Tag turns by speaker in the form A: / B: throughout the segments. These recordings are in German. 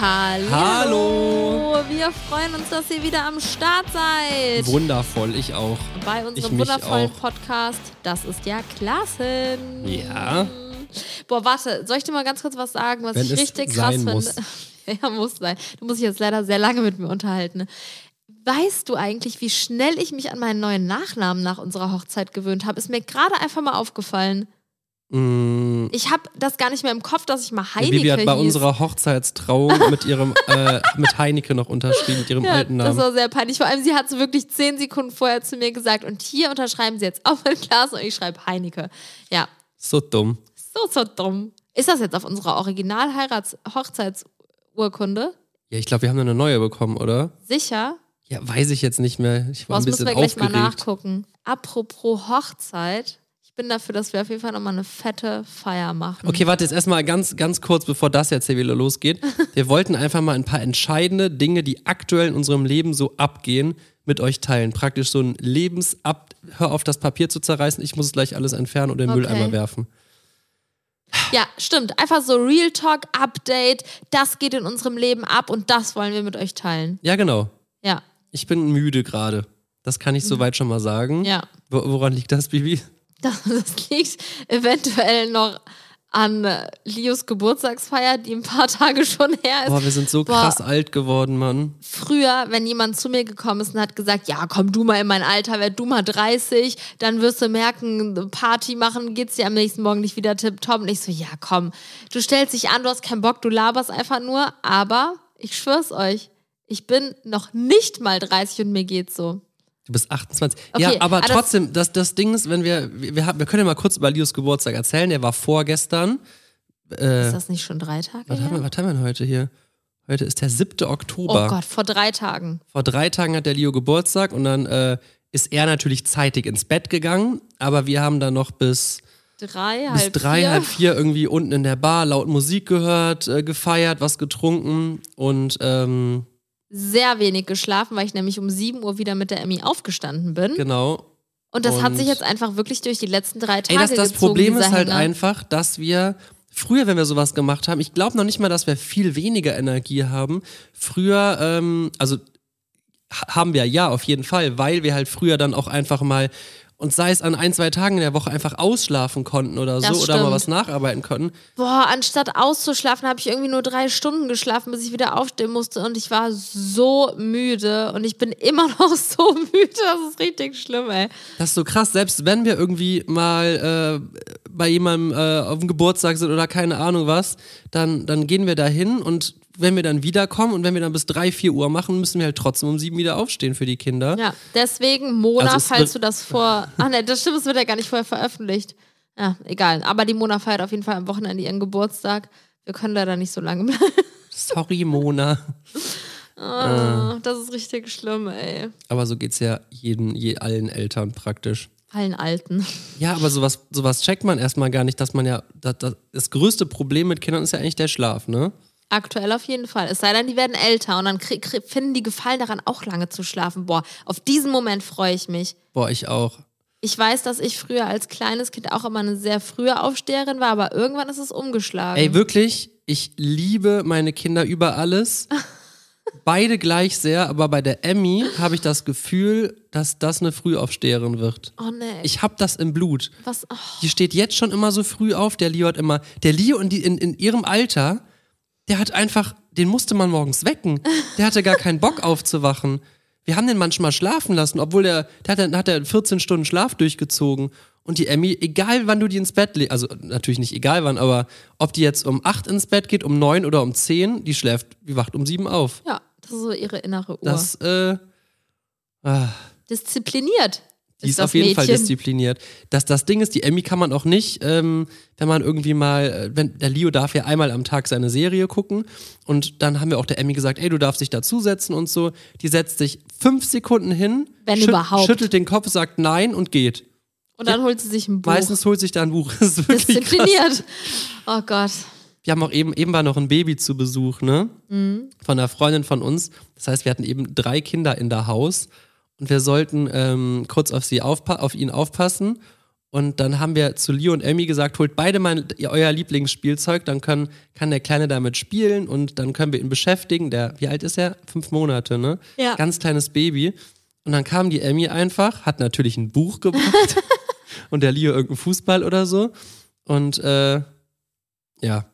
A: Hallo.
B: Hallo.
A: Wir freuen uns, dass ihr wieder am Start seid.
B: Wundervoll, ich auch.
A: Bei
B: Ich
A: unserem
B: mich
A: wundervollen
B: auch.
A: Podcast. Das ist ja Klassen.
B: Ja.
A: Boah, warte, soll ich dir mal ganz kurz was sagen, was
B: Wenn
A: ich
B: es
A: richtig krass
B: sein
A: finde?
B: muss.
A: Ja, muss sein. Du musst dich jetzt leider sehr lange mit mir unterhalten. ne? Weißt du eigentlich, wie schnell ich mich an meinen neuen Nachnamen nach unserer Hochzeit gewöhnt habe? Ist mir gerade einfach mal aufgefallen.
B: Mm,
A: Ich habe das gar nicht mehr im Kopf, dass ich mal Heineke
B: Bibi hat bei
A: hieß.
B: unserer Hochzeitstrauung mit ihrem äh, mit Heineke noch unterschrieben, mit ihrem
A: Ja,
B: alten
A: das
B: Namen.
A: war sehr peinlich. Vor allem, sie hat es wirklich zehn Sekunden vorher zu mir gesagt. Und hier unterschreiben sie jetzt auch mein Glas und ich schreibe Heineke. Ja,
B: so dumm.
A: so, so dumm. Ist das jetzt auf unserer Original-Hochzeitsurkunde?
B: Ja, ich glaube, wir haben noch eine neue bekommen, oder?
A: Sicher?
B: Ja, weiß ich jetzt nicht mehr. Ich war
A: Was
B: ein
A: müssen
B: bisschen
A: wir gleich mal
B: aufgeregt.
A: nachgucken? Apropos Hochzeit. Ich bin dafür, dass wir auf jeden Fall nochmal eine fette Feier machen.
B: Okay, warte, jetzt erstmal ganz, ganz kurz, bevor das jetzt hier wieder losgeht. Wir wollten einfach mal ein paar entscheidende Dinge, die aktuell in unserem Leben so abgehen, mit euch teilen. Praktisch so ein Lebensab. Hör auf, das Papier zu zerreißen. Ich muss gleich alles entfernen und in den
A: Okay.
B: Mülleimer werfen.
A: Ja, stimmt. Einfach so Real Talk Update. Das geht in unserem Leben ab und das wollen wir mit euch teilen.
B: Ja, genau.
A: Ja,
B: Ich bin müde gerade. Das kann ich soweit schon mal sagen.
A: ja.
B: Wo- Woran liegt das, Bibi?
A: Das, das liegt eventuell noch an äh, Leos Geburtstagsfeier, die ein paar Tage schon her ist.
B: Boah, wir sind so
A: Boah.
B: krass alt geworden, Mann.
A: Früher, wenn jemand zu mir gekommen ist und hat gesagt, ja, komm du mal in mein Alter, werd du mal 30, dann wirst du merken, Party machen, geht's dir am nächsten Morgen nicht wieder tipptopp. Und ich so, ja, komm, du stellst dich an, du hast keinen Bock, du laberst einfach nur, aber ich schwör's euch, ich bin noch nicht mal 30 und mir geht's so.
B: Du bist 28.
A: Okay,
B: ja, aber
A: ah, das-
B: trotzdem, das, das Ding ist, wenn wir, wir, wir, haben- wir können ja mal kurz über Leos Geburtstag erzählen. Der war vorgestern. Äh.
A: ist das nicht schon drei Tage
B: Was, haben wir,
A: her?
B: was haben wir denn heute hier? Heute ist der 7. Oktober.
A: Oh Gott, vor drei Tagen.
B: Vor drei Tagen hat der Leo Geburtstag und dann äh, ist er natürlich zeitig ins Bett gegangen. Aber wir haben dann noch bis,
A: Drei,
B: bis
A: halb
B: drei,
A: vier.
B: halb vier irgendwie unten in der Bar laut Musik gehört, äh, gefeiert, was getrunken und ähm,
A: sehr wenig geschlafen, weil ich nämlich um 7 Uhr wieder mit der Emmy aufgestanden bin.
B: genau.
A: und das hat
B: und-
A: sich jetzt einfach wirklich durch die letzten drei Tage
B: Ey, das, das
A: gezogen,
B: Problem
A: dieser
B: ist halt
A: Hänger.
B: einfach, dass wir früher, wenn wir sowas gemacht haben, ich glaube noch nicht mal, dass wir viel weniger Energie haben. Früher, ähm, also ha- haben wir ja auf jeden Fall, weil wir halt früher dann auch einfach mal und sei es an ein, zwei Tagen in der Woche einfach ausschlafen konnten oder so
A: Das
B: oder mal
A: stimmt.
B: was nacharbeiten konnten.
A: Boah, anstatt auszuschlafen, habe ich irgendwie nur drei Stunden geschlafen, bis ich wieder aufstehen musste. Und ich war so müde. Und ich bin immer noch so müde. Das ist richtig schlimm, ey.
B: Das ist so krass, selbst wenn wir irgendwie mal äh, bei jemandem äh, auf dem Geburtstag sind oder keine Ahnung was, dann, dann gehen wir da hin und wenn wir dann wiederkommen und wenn wir dann bis 3, 4 Uhr machen, müssen wir halt trotzdem um 7 wieder aufstehen für die Kinder.
A: Ja, deswegen, Mona,
B: Also es
A: falls
B: wird-
A: du das vor. Ach ne, das stimmt, es wird ja gar nicht vorher veröffentlicht. Ja, egal. Aber die Mona feiert auf jeden Fall am Wochenende ihren Geburtstag. Wir können leider nicht so lange bleiben.
B: Sorry, Mona.
A: Ah, Das ist richtig schlimm, ey.
B: Aber so geht's ja jeden, je, allen Eltern praktisch.
A: Allen Alten.
B: Ja, aber sowas, sowas checkt man erstmal gar nicht, dass man ja. Das, das, das größte Problem mit Kindern ist ja eigentlich der Schlaf, ne?
A: Aktuell auf jeden Fall. Es sei denn, die werden älter und dann krie- krie- finden die Gefallen daran, auch lange zu schlafen. Boah, auf diesen Moment freue ich mich.
B: Boah, ich auch.
A: Ich weiß, dass ich früher als kleines Kind auch immer eine sehr frühe Aufsteherin war, aber irgendwann ist es umgeschlagen.
B: Ey, wirklich, ich liebe meine Kinder über alles. Beide gleich sehr, aber bei der Emmy habe ich das Gefühl, dass das eine Frühaufsteherin wird.
A: oh nee.
B: Ich habe das im Blut.
A: was, oh,
B: Die steht jetzt schon immer so früh auf. Der Leo hat immer. Der Leo in, die, in, in ihrem Alter, der hat einfach. Den musste man morgens wecken. Der hatte gar keinen Bock aufzuwachen. Wir haben den manchmal schlafen lassen, obwohl der. Der hat dann hat er 14 Stunden Schlaf durchgezogen. Und die Emmy, egal wann du die ins Bett legst, also natürlich nicht egal wann, aber ob die jetzt um 8 ins Bett geht, um 9 oder um 10, die schläft, die wacht um 7 auf.
A: ja, das ist so ihre innere Uhr.
B: Das, äh. Ah.
A: Diszipliniert.
B: Die ist
A: das
B: auf jeden Fall
A: Mädchen.
B: diszipliniert. Das, das Ding ist, die Emmy kann man auch nicht, ähm, wenn man irgendwie mal, äh, wenn der Leo darf ja einmal am Tag seine Serie gucken und dann haben wir auch der Emmy gesagt, ey, du darfst dich dazusetzen und so. Die setzt sich fünf Sekunden hin,
A: Wenn überhaupt.
B: schüttelt den Kopf, sagt nein und geht.
A: Und dann holt sie sich ein Buch.
B: Meistens holt sich da ein Buch. Das ist wirklich krass.
A: Diszipliniert. Oh Gott.
B: Wir haben auch eben, eben war noch ein Baby zu Besuch, ne? Von einer Freundin von uns. Das heißt, wir hatten eben drei Kinder in der Haus und wir sollten ähm, kurz auf sie aufpa auf ihn aufpassen. Und dann haben wir zu Leo und Emmy gesagt, holt beide mal ihr- euer Lieblingsspielzeug, dann können, kann der Kleine damit spielen und dann können wir ihn beschäftigen. Der, wie alt ist er? Fünf Monate, ne?
A: Ja.
B: Ganz kleines Baby. Und dann kam die Emmy einfach, hat natürlich ein Buch gebracht und der Leo irgendeinen Fußball oder so. Und äh, ja,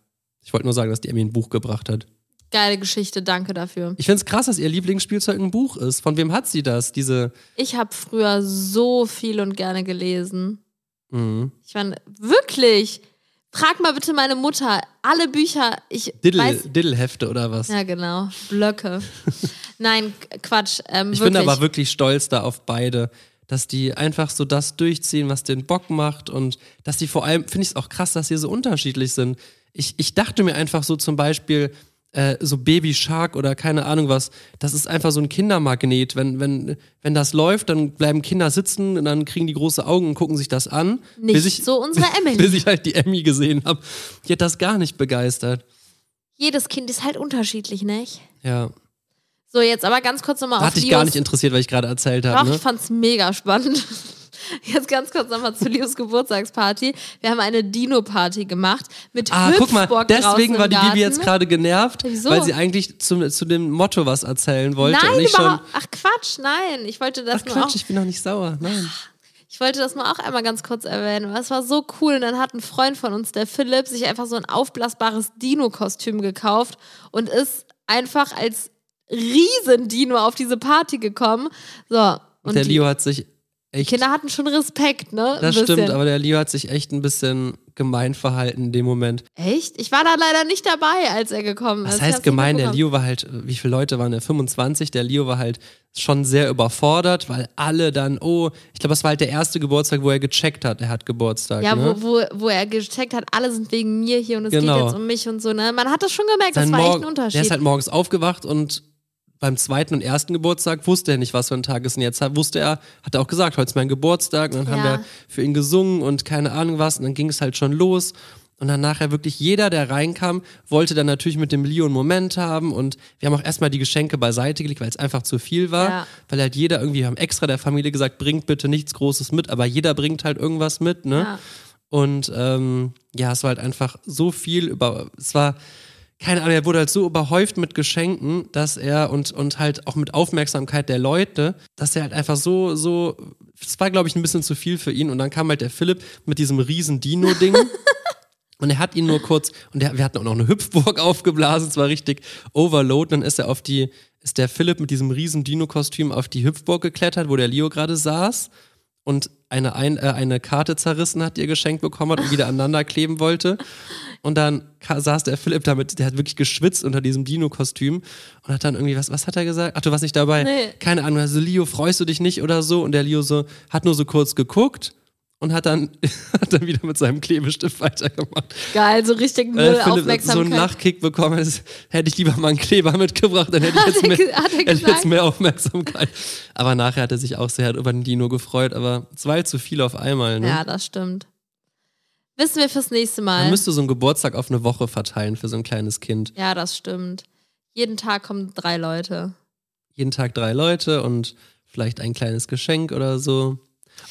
B: ich wollte nur sagen, dass die Emmy ein Buch gebracht hat.
A: Geile Geschichte, danke dafür.
B: Ich finde es krass, dass ihr Lieblingsspielzeug ein Buch ist. Von wem hat sie das? Diese.
A: Ich habe früher so viel und gerne gelesen.
B: Mhm.
A: Ich meine, wirklich. Frag mal bitte meine Mutter. Alle Bücher, ich
B: Diddle,
A: weiß.
B: Diddlehefte oder was?
A: Ja, genau. Blöcke. Nein, Qu- Quatsch. Ähm,
B: Ich
A: wirklich.
B: bin aber wirklich stolz da auf beide, dass die einfach so das durchziehen, was den Bock macht und dass die vor allem, finde ich es auch krass, dass sie so unterschiedlich sind. Ich, ich dachte mir einfach so zum Beispiel, äh, so Baby Shark oder keine Ahnung was, das ist einfach so ein Kindermagnet. Wenn, wenn, wenn das läuft, dann bleiben Kinder sitzen und dann kriegen die große Augen und gucken sich das an.
A: Nicht
B: bis ich,
A: so unsere
B: Bis
A: Emily.
B: ich halt die Emmy gesehen habe. Die hat das gar nicht begeistert.
A: Jedes Kind ist halt unterschiedlich, nicht?
B: Ja.
A: So, jetzt aber ganz kurz nochmal auf
B: Hat dich
A: Leos-
B: gar nicht interessiert, weil ich gerade erzählt
A: Doch,
B: habe. Ne?
A: ich fand's mega spannend. Jetzt ganz kurz nochmal zu Leos Geburtstagsparty. Wir haben eine Dino-Party gemacht mit
B: Ah, guck mal,
A: Hüpfburg draußen
B: deswegen
A: im
B: war die Bibi jetzt
A: Garten.
B: gerade genervt,
A: Wieso?
B: weil sie eigentlich zu, zu dem Motto was erzählen wollte. und
A: Nein,
B: ich schon,
A: überhaupt. Ach Quatsch, nein. Ich wollte das
B: ach
A: nur
B: Quatsch,
A: auch.
B: ich bin noch nicht sauer. Nein.
A: Ich wollte das nur auch einmal ganz kurz erwähnen. weil Es war so cool. Und dann hat ein Freund von uns, der Philipp, sich einfach so ein aufblasbares Dino-Kostüm gekauft und ist einfach als Riesendino auf diese Party gekommen. So. Und
B: der
A: die
B: Leo hat sich echt,
A: Kinder hatten schon Respekt, ne? Ein
B: das stimmt,
A: bisschen.
B: aber der Leo hat sich echt ein bisschen gemein verhalten in dem Moment.
A: Echt? Ich war da leider nicht dabei, als er gekommen ist.
B: Was
A: Ich hab's
B: heißt
A: nicht
B: gemein? Der
A: mitbekommen.
B: Leo war halt, wie viele Leute waren der? 25. Der Leo war halt schon sehr überfordert, weil alle dann, oh, ich glaube, das war halt der erste Geburtstag, wo er gecheckt hat, er hat Geburtstag.
A: Ja,
B: ne?
A: wo, wo, wo er gecheckt hat, alle sind wegen mir hier und es
B: Genau.
A: geht jetzt um mich und so, ne? Man hat das schon gemerkt, das
B: Sein
A: war echt
B: Morgen-
A: ein
B: Der ist
A: Unterschied.
B: halt morgens aufgewacht und beim zweiten und ersten Geburtstag wusste er nicht, was für ein Tag ist. Und jetzt hat- wusste er, hat er auch gesagt, heute ist mein Geburtstag. Und dann
A: Ja.
B: haben wir für ihn gesungen und keine Ahnung was. Und dann ging es halt schon los. Und dann nachher wirklich jeder, der reinkam, wollte dann natürlich mit dem Leo einen Moment haben. Und wir haben auch erstmal die Geschenke beiseite gelegt, weil es einfach zu viel war.
A: Ja.
B: Weil halt jeder irgendwie, wir haben extra der Familie gesagt, bringt bitte nichts Großes mit. Aber jeder bringt halt irgendwas mit, ne?
A: Ja.
B: Und ähm, ja, es war halt einfach so viel über. Es war, keine Ahnung, er wurde halt so überhäuft mit Geschenken, dass er und, und halt auch mit Aufmerksamkeit der Leute, dass er halt einfach so, so. Es war, glaube ich, ein bisschen zu viel für ihn. Und dann kam halt der Philipp mit diesem riesen Dino-Ding. Und er hat ihn nur kurz, und er, wir hatten auch noch eine Hüpfburg aufgeblasen, es war richtig Overload. Dann ist er auf die, ist der Philipp mit diesem riesen Dino-Kostüm auf die Hüpfburg geklettert, wo der Leo gerade saß und eine, ein, äh, eine Karte zerrissen hat, die er geschenkt bekommen hat und wieder aneinander kleben wollte. Und dann ka- saß der Philipp damit, der hat wirklich geschwitzt unter diesem Dino-Kostüm und hat dann irgendwie, was, was hat er gesagt? Ach, du warst nicht dabei.
A: Nee.
B: Keine Ahnung, also Leo, freust du dich nicht oder so? Und der Leo so, hat nur so kurz geguckt und hat dann, hat dann wieder mit seinem Klebestift weitergemacht.
A: Geil, so richtig null
B: Weil der Äh, Philipp so einen
A: Aufmerksamkeit.
B: Lachkick bekommen hat, hätte ich lieber mal einen Kleber mitgebracht, dann hätte ich
A: Hat
B: jetzt
A: er
B: mehr,
A: ge- hat er
B: hätte ich jetzt
A: gesagt?
B: mehr Aufmerksamkeit. Aber nachher hat er sich auch sehr über den Dino gefreut, aber es war halt zu viel auf einmal. Ne?
A: ja, das stimmt. Wissen wir fürs nächste
B: Man
A: Mal.
B: müsste so einen Geburtstag auf eine Woche verteilen für so ein kleines Kind.
A: Ja, das stimmt. Jeden Tag kommen drei Leute.
B: Jeden Tag drei Leute und vielleicht ein kleines Geschenk oder so.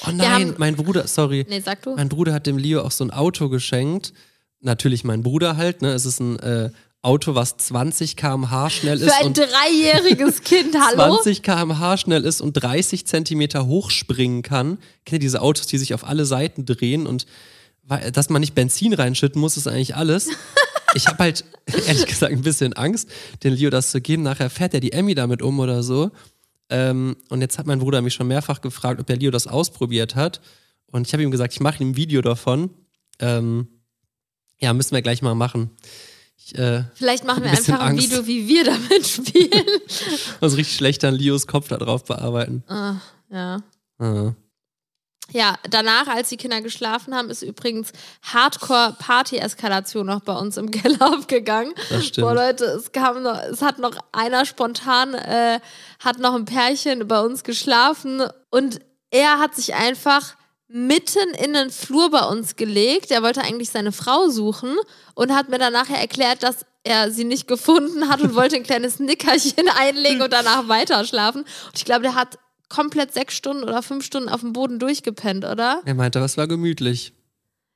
B: Oh
A: haben-
B: nein, mein Bruder, sorry.
A: Nee, sag du?
B: Mein Bruder hat dem Leo auch so ein Auto geschenkt. Natürlich mein Bruder halt, ne? Es ist ein äh, Auto, was 20 km/h schnell
A: Für
B: ist
A: ein
B: und
A: dreijähriges Kind, hallo?
B: 20 km/h schnell ist und 30 Zentimeter hochspringen kann. Kennt ihr diese Autos, die sich auf alle Seiten drehen und weil- dass man nicht Benzin reinschütten muss, ist eigentlich alles. Ich habe halt ehrlich gesagt ein bisschen Angst, den Leo das zu geben. Nachher fährt er die Emmy damit um oder so. Ähm, und jetzt hat mein Bruder mich schon mehrfach gefragt, ob der Leo das ausprobiert hat. Und ich habe ihm gesagt, ich mache ihm ein Video davon. Ähm, ja, müssen wir gleich mal machen. Ich, äh,
A: Vielleicht machen wir
B: Ein bisschen
A: einfach ein
B: Angst.
A: Video, wie wir damit spielen.
B: also richtig schlecht an Leos Kopf da drauf bearbeiten.
A: Ah, ja.
B: Ah.
A: Ja, danach, als die Kinder geschlafen haben, ist übrigens Hardcore-Party-Eskalation noch bei uns im Keller abgegangen.
B: Das stimmt.
A: Boah, Leute, es kam noch, es hat noch einer spontan, äh, hat noch ein Pärchen bei uns geschlafen und er hat sich einfach mitten in den Flur bei uns gelegt. Er wollte eigentlich seine Frau suchen und hat mir dann nachher erklärt, dass er sie nicht gefunden hat und wollte ein kleines Nickerchen einlegen und danach weiterschlafen. Und ich glaube, der hat komplett sechs Stunden oder fünf Stunden auf dem Boden durchgepennt, oder?
B: Er meinte, was war gemütlich.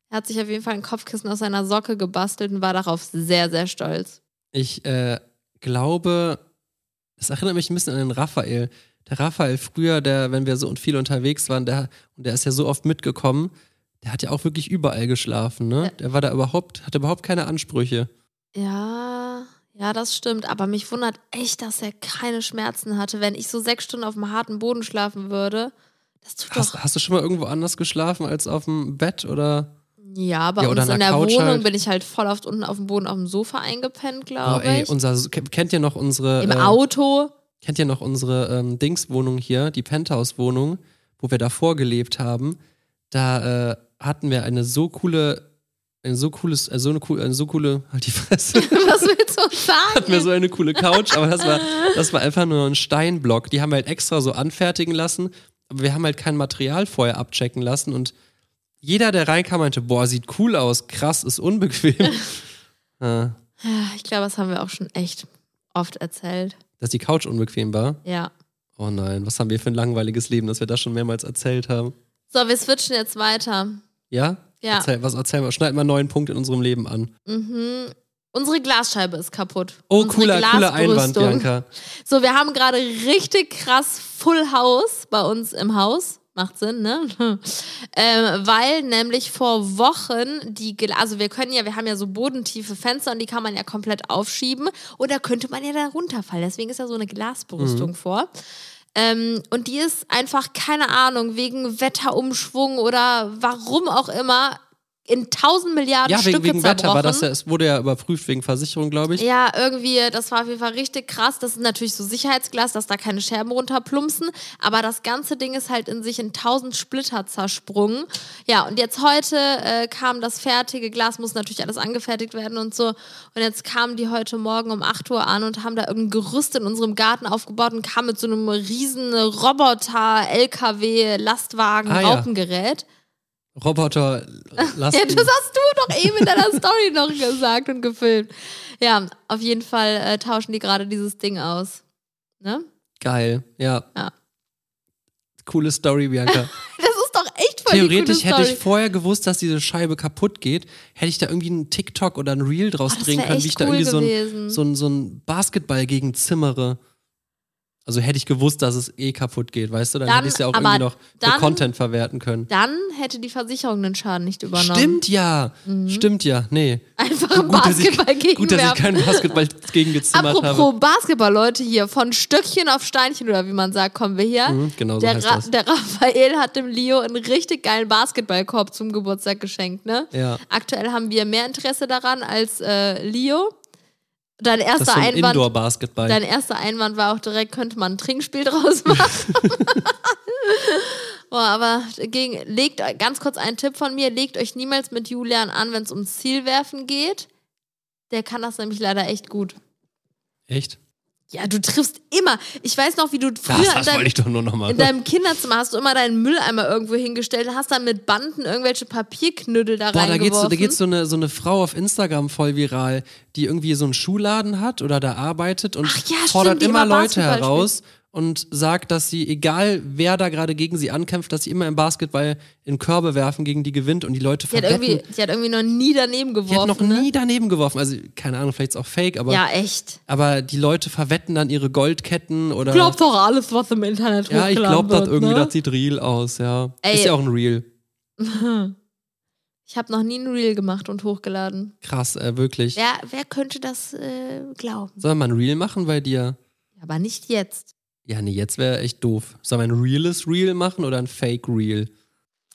A: Er hat sich auf jeden Fall ein Kopfkissen aus seiner Socke gebastelt und war darauf sehr, sehr stolz.
B: Ich äh, glaube, das erinnert mich ein bisschen an den Raphael. Der Raphael früher, der, wenn wir so und viel unterwegs waren, der, und der ist ja so oft mitgekommen, der hat ja auch wirklich überall geschlafen, ne?
A: Ja.
B: Der war da überhaupt, hatte überhaupt keine Ansprüche.
A: Ja, ja, das stimmt. Aber mich wundert echt, dass er keine Schmerzen hatte. Wenn ich so sechs Stunden auf dem harten Boden schlafen würde, das tut
B: Hast,
A: doch.
B: hast du schon mal irgendwo anders geschlafen als auf dem Bett oder?
A: Ja, bei
B: Ja, oder
A: uns
B: an
A: in
B: der
A: der
B: Couch
A: Wohnung
B: halt.
A: bin ich halt voll oft unten auf dem Boden auf dem Sofa eingepennt,
B: Oh,
A: glaube
B: ey,
A: ich.
B: unser, kennt ihr noch unsere.
A: Im
B: äh,
A: Auto.
B: kennt ihr noch unsere ähm, Dingswohnung hier, die Penthouse-Wohnung, wo wir davor gelebt haben? Da äh, hatten wir eine so coole, ein so cooles, äh, so eine coole, eine so coole, halt die Fresse,
A: Was willst du uns
B: hatten wir
A: sagen?
B: so eine coole Couch, aber das war, das war einfach nur ein Steinblock. Die haben wir halt extra so anfertigen lassen, aber wir haben halt kein Material vorher abchecken lassen und jeder, der reinkam, meinte, boah, sieht cool aus, krass, ist unbequem. äh,
A: Ja, Ich glaube, das haben wir auch schon echt oft erzählt.
B: dass die Couch unbequem war.
A: Ja.
B: Oh nein, was haben wir für ein langweiliges Leben, dass wir das schon mehrmals erzählt haben.
A: So, wir switchen jetzt weiter.
B: Ja?
A: Ja.
B: Erzähl, was erzähl mal, schneid mal einen neuen Punkt in unserem Leben an.
A: Mhm. Unsere Glasscheibe ist kaputt.
B: Oh,
A: Unsere
B: cooler, cooler Einwand,
A: Glasbrüstung.
B: Bianca.
A: So, wir haben gerade richtig krass Full House bei uns im Haus. Macht Sinn, ne? ähm, weil nämlich vor Wochen die, Gla- also wir können ja, wir haben ja so bodentiefe Fenster und die kann man ja komplett aufschieben oder könnte man ja da runterfallen. Deswegen ist ja so eine
B: Mhm.
A: Glasberüstung vor. Ähm, und die ist einfach, keine Ahnung, wegen Wetterumschwung oder warum auch immer, in tausend Milliarden
B: Ja, wegen,
A: Stücke
B: wegen Wetter war
A: zerbrochen.
B: das ja, es wurde ja überprüft wegen Versicherung, glaube ich.
A: Ja, irgendwie, das war auf jeden Fall richtig krass. Das ist natürlich so Sicherheitsglas, dass da keine Scherben runterplumpsen. Aber das ganze Ding ist halt in sich in tausend Splitter zersprungen. Ja, und jetzt heute äh, kam das fertige Glas, muss natürlich alles angefertigt werden und so. Und jetzt kamen die heute Morgen um 8 Uhr an und haben da irgendein Gerüst in unserem Garten aufgebaut und kamen mit so einem riesen Roboter, LKW, Lastwagen,
B: Ah, ja.
A: Raupengerät.
B: Roboter, lass
A: Ja, das hast du doch eben in deiner Story noch gesagt und gefilmt. Ja, auf jeden Fall äh, tauschen die gerade dieses Ding aus. Ne?
B: Geil, ja.
A: Ja.
B: Coole Story, Bianca.
A: Das ist doch echt voll
B: Theoretisch
A: die gute
B: hätte
A: Story.
B: ich vorher gewusst, dass diese Scheibe kaputt geht, hätte ich da irgendwie einen TikTok oder ein Reel draus
A: Oh, das
B: drehen
A: wär
B: können,
A: echt
B: wie ich da
A: cool
B: irgendwie so ein,
A: gewesen.
B: so, ein, so ein Basketball gegen zimmere. Also hätte ich gewusst, dass es eh kaputt geht, weißt du? Dann,
A: Dann-
B: hätte ich es ja auch
A: aber
B: irgendwie noch für
A: dann-
B: Content verwerten können.
A: Dann hätte die Versicherung den Schaden nicht übernommen. Mhm.
B: Stimmt ja. Stimmt ja. Nee.
A: Einfach im
B: dass ich-
A: Basketball gegen
B: Gut, dass ich keinen Basketball gegen gezimmert habe.
A: Apropos Basketball, Leute, hier von Stöckchen auf Steinchen oder wie man sagt, kommen wir hier.
B: Mhm, genau so
A: der,
B: heißt
A: Ra
B: das.
A: der Raphael hat dem Leo einen richtig geilen Basketballkorb zum Geburtstag geschenkt, ne?
B: Ja.
A: Aktuell haben wir mehr Interesse daran als äh, Leo. Dein erster
B: Das ist so ein
A: Einwand.
B: Indoor-Basketball.
A: Dein erster Einwand war auch direkt, könnte man ein Trinkspiel draus machen. Boah, aber gegen, legt ganz kurz einen Tipp von mir: legt euch niemals mit Julian an, wenn es ums Zielwerfen geht. Der kann das nämlich leider echt gut.
B: Echt?
A: Ja, du triffst immer. Ich weiß noch, wie du früher
B: Das,
A: in
B: das
A: deinem-
B: wollte ich doch nur nochmal.
A: in deinem Kinderzimmer hast du immer deinen Mülleimer irgendwo hingestellt und hast dann mit Banden irgendwelche Papierknüttel da
B: Boah, da geht so,
A: reingeworfen.
B: da geht's so, eine, so eine Frau auf Instagram voll viral, die irgendwie so einen Schuhladen hat oder da arbeitet und
A: Ach ja,
B: fordert
A: stimmt, die
B: immer
A: immer
B: Leute
A: Basketball
B: heraus und sagt, dass sie, egal wer da gerade gegen sie ankämpft, dass sie immer im Basketball in Körbe werfen, gegen die gewinnt und die Leute
A: die, hat
B: verwetten.
A: irgendwie, die hat irgendwie noch nie daneben
B: die hat
A: geworfen.
B: noch
A: ne?
B: nie daneben geworfen. Also, keine Ahnung, vielleicht ist auch fake, aber,
A: Ja, echt.
B: aber die Leute verwetten dann ihre Goldketten oder.
A: Glaubt doch alles, was im Internet
B: ja, ich
A: hochgeladen
B: glaube,
A: wird,
B: das irgendwie,
A: ne?
B: das sieht real aus, ja.
A: Ey.
B: Ist ja auch ein Real.
A: Ich habe noch nie ein Reel gemacht und hochgeladen.
B: Krass, äh, wirklich.
A: Wer, wer könnte das äh, glauben?
B: Soll man ein Real machen bei dir?
A: Aber nicht jetzt.
B: Ja, nee, jetzt wäre echt doof. Soll man ein reales Reel machen oder ein Fake Reel?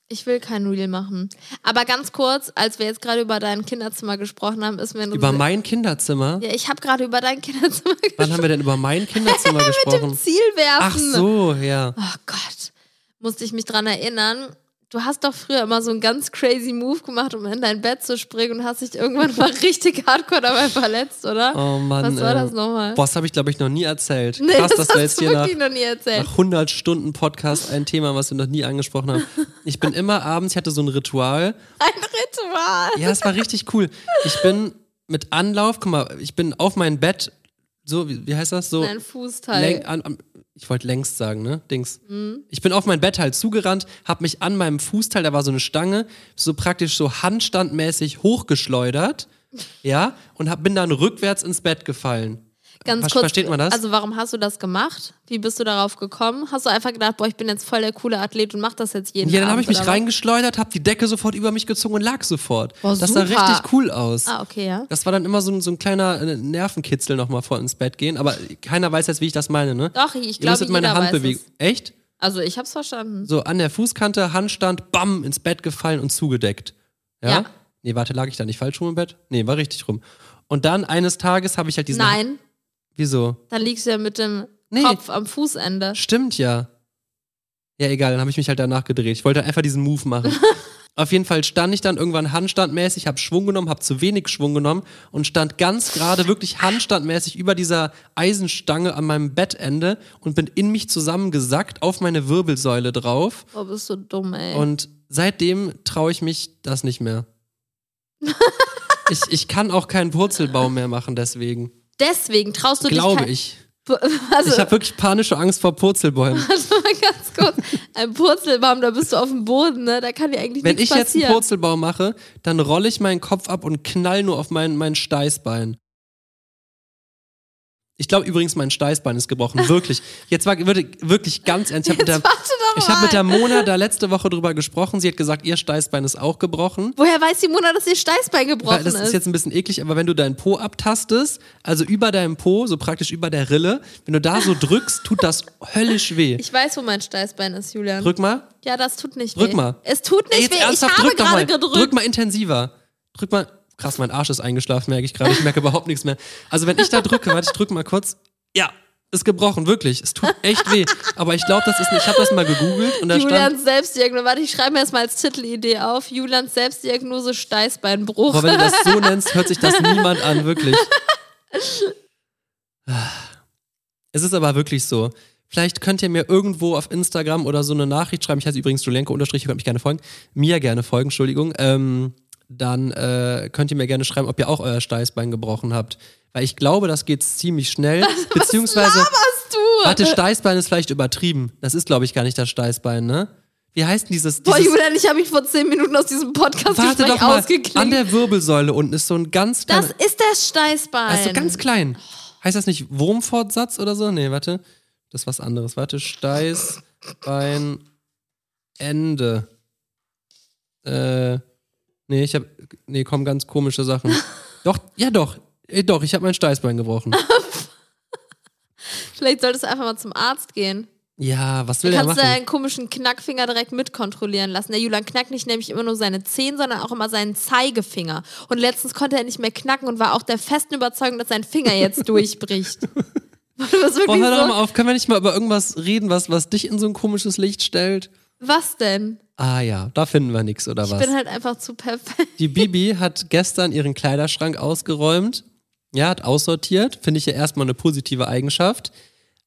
A: Ich will kein Reel machen. Aber ganz kurz, als wir jetzt gerade über dein Kinderzimmer gesprochen haben, ist mir eine
B: Über mein Kinderzimmer?
A: ja, ich habe gerade über dein Kinderzimmer
B: Wann haben wir denn über mein Kinderzimmer gesprochen?
A: Zielwerfen.
B: Ach so, ja.
A: Oh Gott, musste ich mich dran erinnern. Du hast doch früher immer so einen ganz crazy Move gemacht, um in dein Bett zu springen und hast dich irgendwann mal richtig hardcore dabei verletzt, oder?
B: Oh Mann.
A: Was war
B: äh,
A: das nochmal?
B: Boah, das habe ich, glaube ich, noch nie erzählt.
A: Nee,
B: Krass,
A: das
B: dass wir
A: hast
B: jetzt
A: du
B: hier nach,
A: wirklich noch nie erzählt.
B: nach 100 Stunden Podcast ein Thema, was wir noch nie angesprochen haben. Ich bin immer abends, ich hatte so ein Ritual,
A: Ein Ritual.
B: Ja, es war richtig cool. Ich bin mit Anlauf, guck mal, ich bin auf mein Bett so, wie, wie heißt das? So,
A: Dein Fußteil.
B: Läng, an, am, ich wollte längst sagen, ne? Dings.
A: Mhm.
B: Ich bin auf mein Bett halt zugerannt, hab mich an meinem Fußteil, da war so eine Stange, so praktisch so handstandmäßig hochgeschleudert, ja, und hab, bin dann rückwärts ins Bett gefallen.
A: Ganz
B: Ver-
A: kurz.
B: Versteht man das?
A: Also warum hast du das gemacht? Wie bist du darauf gekommen? Hast du einfach gedacht, boah, ich bin jetzt voll der coole Athlet und mach das jetzt jeden
B: ja, dann
A: habe
B: habe ich mich reingeschleudert, hab die Decke sofort über mich gezogen und lag sofort.
A: Boah,
B: das sah
A: super.
B: richtig cool aus.
A: Ah, okay, ja.
B: Das war dann immer so, ein- so ein kleiner äh, Nervenkitzel nochmal vor ins Bett gehen, aber keiner weiß jetzt, wie ich das meine, ne?
A: Doch, ich
B: Ihr
A: glaube,
B: müsstet
A: jeder
B: meine
A: weiß
B: Handbewegung.
A: es.
B: Echt?
A: Also ich hab's verstanden.
B: So an der Fußkante, Handstand, bam, ins Bett gefallen und zugedeckt. Ja?
A: Ja.
B: Nee, warte, lag ich da nicht falsch rum im Bett? Nee, war richtig rum. Und dann eines Tages habe ich halt diesen.
A: Nein,
B: Wieso?
A: dann liegst du ja mit dem
B: Nee.
A: Kopf am Fußende.
B: Stimmt ja. Ja, egal, dann habe ich mich halt danach gedreht. Ich wollte einfach diesen Move machen. Auf jeden Fall stand ich dann irgendwann handstandmäßig, habe Schwung genommen, habe zu wenig Schwung genommen und stand ganz gerade, wirklich handstandmäßig über dieser Eisenstange an meinem Bettende und bin in mich zusammengesackt auf meine Wirbelsäule drauf.
A: Oh, bist du dumm, ey.
B: Und seitdem traue ich mich das nicht mehr. ich, ich kann auch keinen Purzelbaum mehr machen, deswegen.
A: Deswegen traust du
B: Glaube
A: dich
B: ich.
A: kein, also
B: Ich habe wirklich panische Angst vor Purzelbäumen.
A: warte mal ganz kurz. Ein Purzelbaum, da bist du auf dem Boden, ne? Da kann dir eigentlich
B: Wenn ich
A: nichts
B: jetzt einen
A: passieren.
B: Purzelbaum mache, dann rolle ich meinen Kopf ab und knall nur auf mein, mein Steißbein. Ich glaube übrigens, mein Steißbein ist gebrochen. Wirklich. Jetzt war würde, wirklich ganz ernst. Ich habe mit, der-
A: Warte doch
B: ich hab
A: mal.
B: mit der Mona da letzte Woche drüber gesprochen. Sie hat gesagt, ihr Steißbein ist auch gebrochen.
A: Woher weiß die Mona, dass ihr Steißbein gebrochen
B: Weil das ist
A: ist?
B: jetzt ein bisschen eklig, aber wenn du deinen Po abtastest, also über deinem Po, so praktisch über der Rille, wenn du da so drückst, tut das höllisch weh.
A: Ich weiß, wo mein Steißbein ist, Julian.
B: Drück mal.
A: Ja, das tut nicht weh.
B: Drück mal.
A: Es tut
B: Ey,
A: nicht
B: jetzt
A: weh. Ich
B: ernsthaft,
A: habe
B: drück doch mal.
A: gerade gedrückt.
B: Drück mal intensiver. Drück mal. Krass, mein Arsch ist eingeschlafen, merke ich gerade. Ich merke überhaupt nichts mehr. Also wenn ich da drücke, warte, ich drück mal kurz. Ja, ist gebrochen, wirklich. Es tut echt weh. Aber ich glaube, das ist nicht. Ich habe das mal gegoogelt und da stand.
A: Julians Selbstdiagnose. Warte, ich schreibe mir das mal als Titelidee auf. Julians Selbstdiagnose Steißbeinbruch.
B: Boah, wenn du das so nennst, hört sich das niemand an, wirklich. Es ist aber wirklich so. Vielleicht könnt ihr mir irgendwo auf Instagram oder so eine Nachricht schreiben. Ich heiße übrigens Julenko unterstrich, ihr könnt mich gerne folgen. Mir gerne folgen, Entschuldigung. Ähm, dann äh, könnt ihr mir gerne schreiben, ob ihr auch euer Steißbein gebrochen habt. Weil ich glaube, das geht ziemlich schnell. Beziehungsweise,
A: Hast du?
B: warte, Steißbein ist vielleicht übertrieben. Das ist, glaube ich, gar nicht das Steißbein, ne? Wie heißt denn dieses,
A: Boah,
B: dieses
A: Julian, ich habe mich vor zehn Minuten aus diesem
B: Warte
A: Podcast-Gespräch
B: doch mal, an
A: ausgeklickt.
B: der Wirbelsäule unten ist so ein ganz
A: Das
B: kleiner,
A: ist das Steißbein.
B: Also ganz klein. Heißt das nicht Wurmfortsatz oder so? Nee, warte. Das ist was anderes. Warte, Steißbein Ende. Äh, nee, ich hab. Nee, kommen ganz komische Sachen. Doch, ja doch. Äh, doch, ich habe mein Steißbein gebrochen.
A: Vielleicht solltest du einfach mal zum Arzt gehen.
B: Ja, was will
A: Du
B: der
A: kannst du
B: machen?
A: deinen komischen Knackfinger direkt mitkontrollieren lassen. Der Julian knackt nicht nämlich immer nur seine Zehen, sondern auch immer seinen Zeigefinger. Und letztens konnte er nicht mehr knacken und war auch der festen Überzeugung, dass sein Finger jetzt durchbricht. Du bist
B: Boah,
A: wirklich
B: Oh, hör doch mal
A: so,
B: auf. Können wir nicht mal über irgendwas reden, was, was dich in so ein komisches Licht stellt?
A: was denn?
B: Ah ja, da finden wir nichts, oder
A: Ich
B: was?
A: bin halt einfach zu perfekt.
B: Die Bibi hat gestern ihren Kleiderschrank ausgeräumt. Ja, hat aussortiert. Finde ich ja erstmal eine positive Eigenschaft.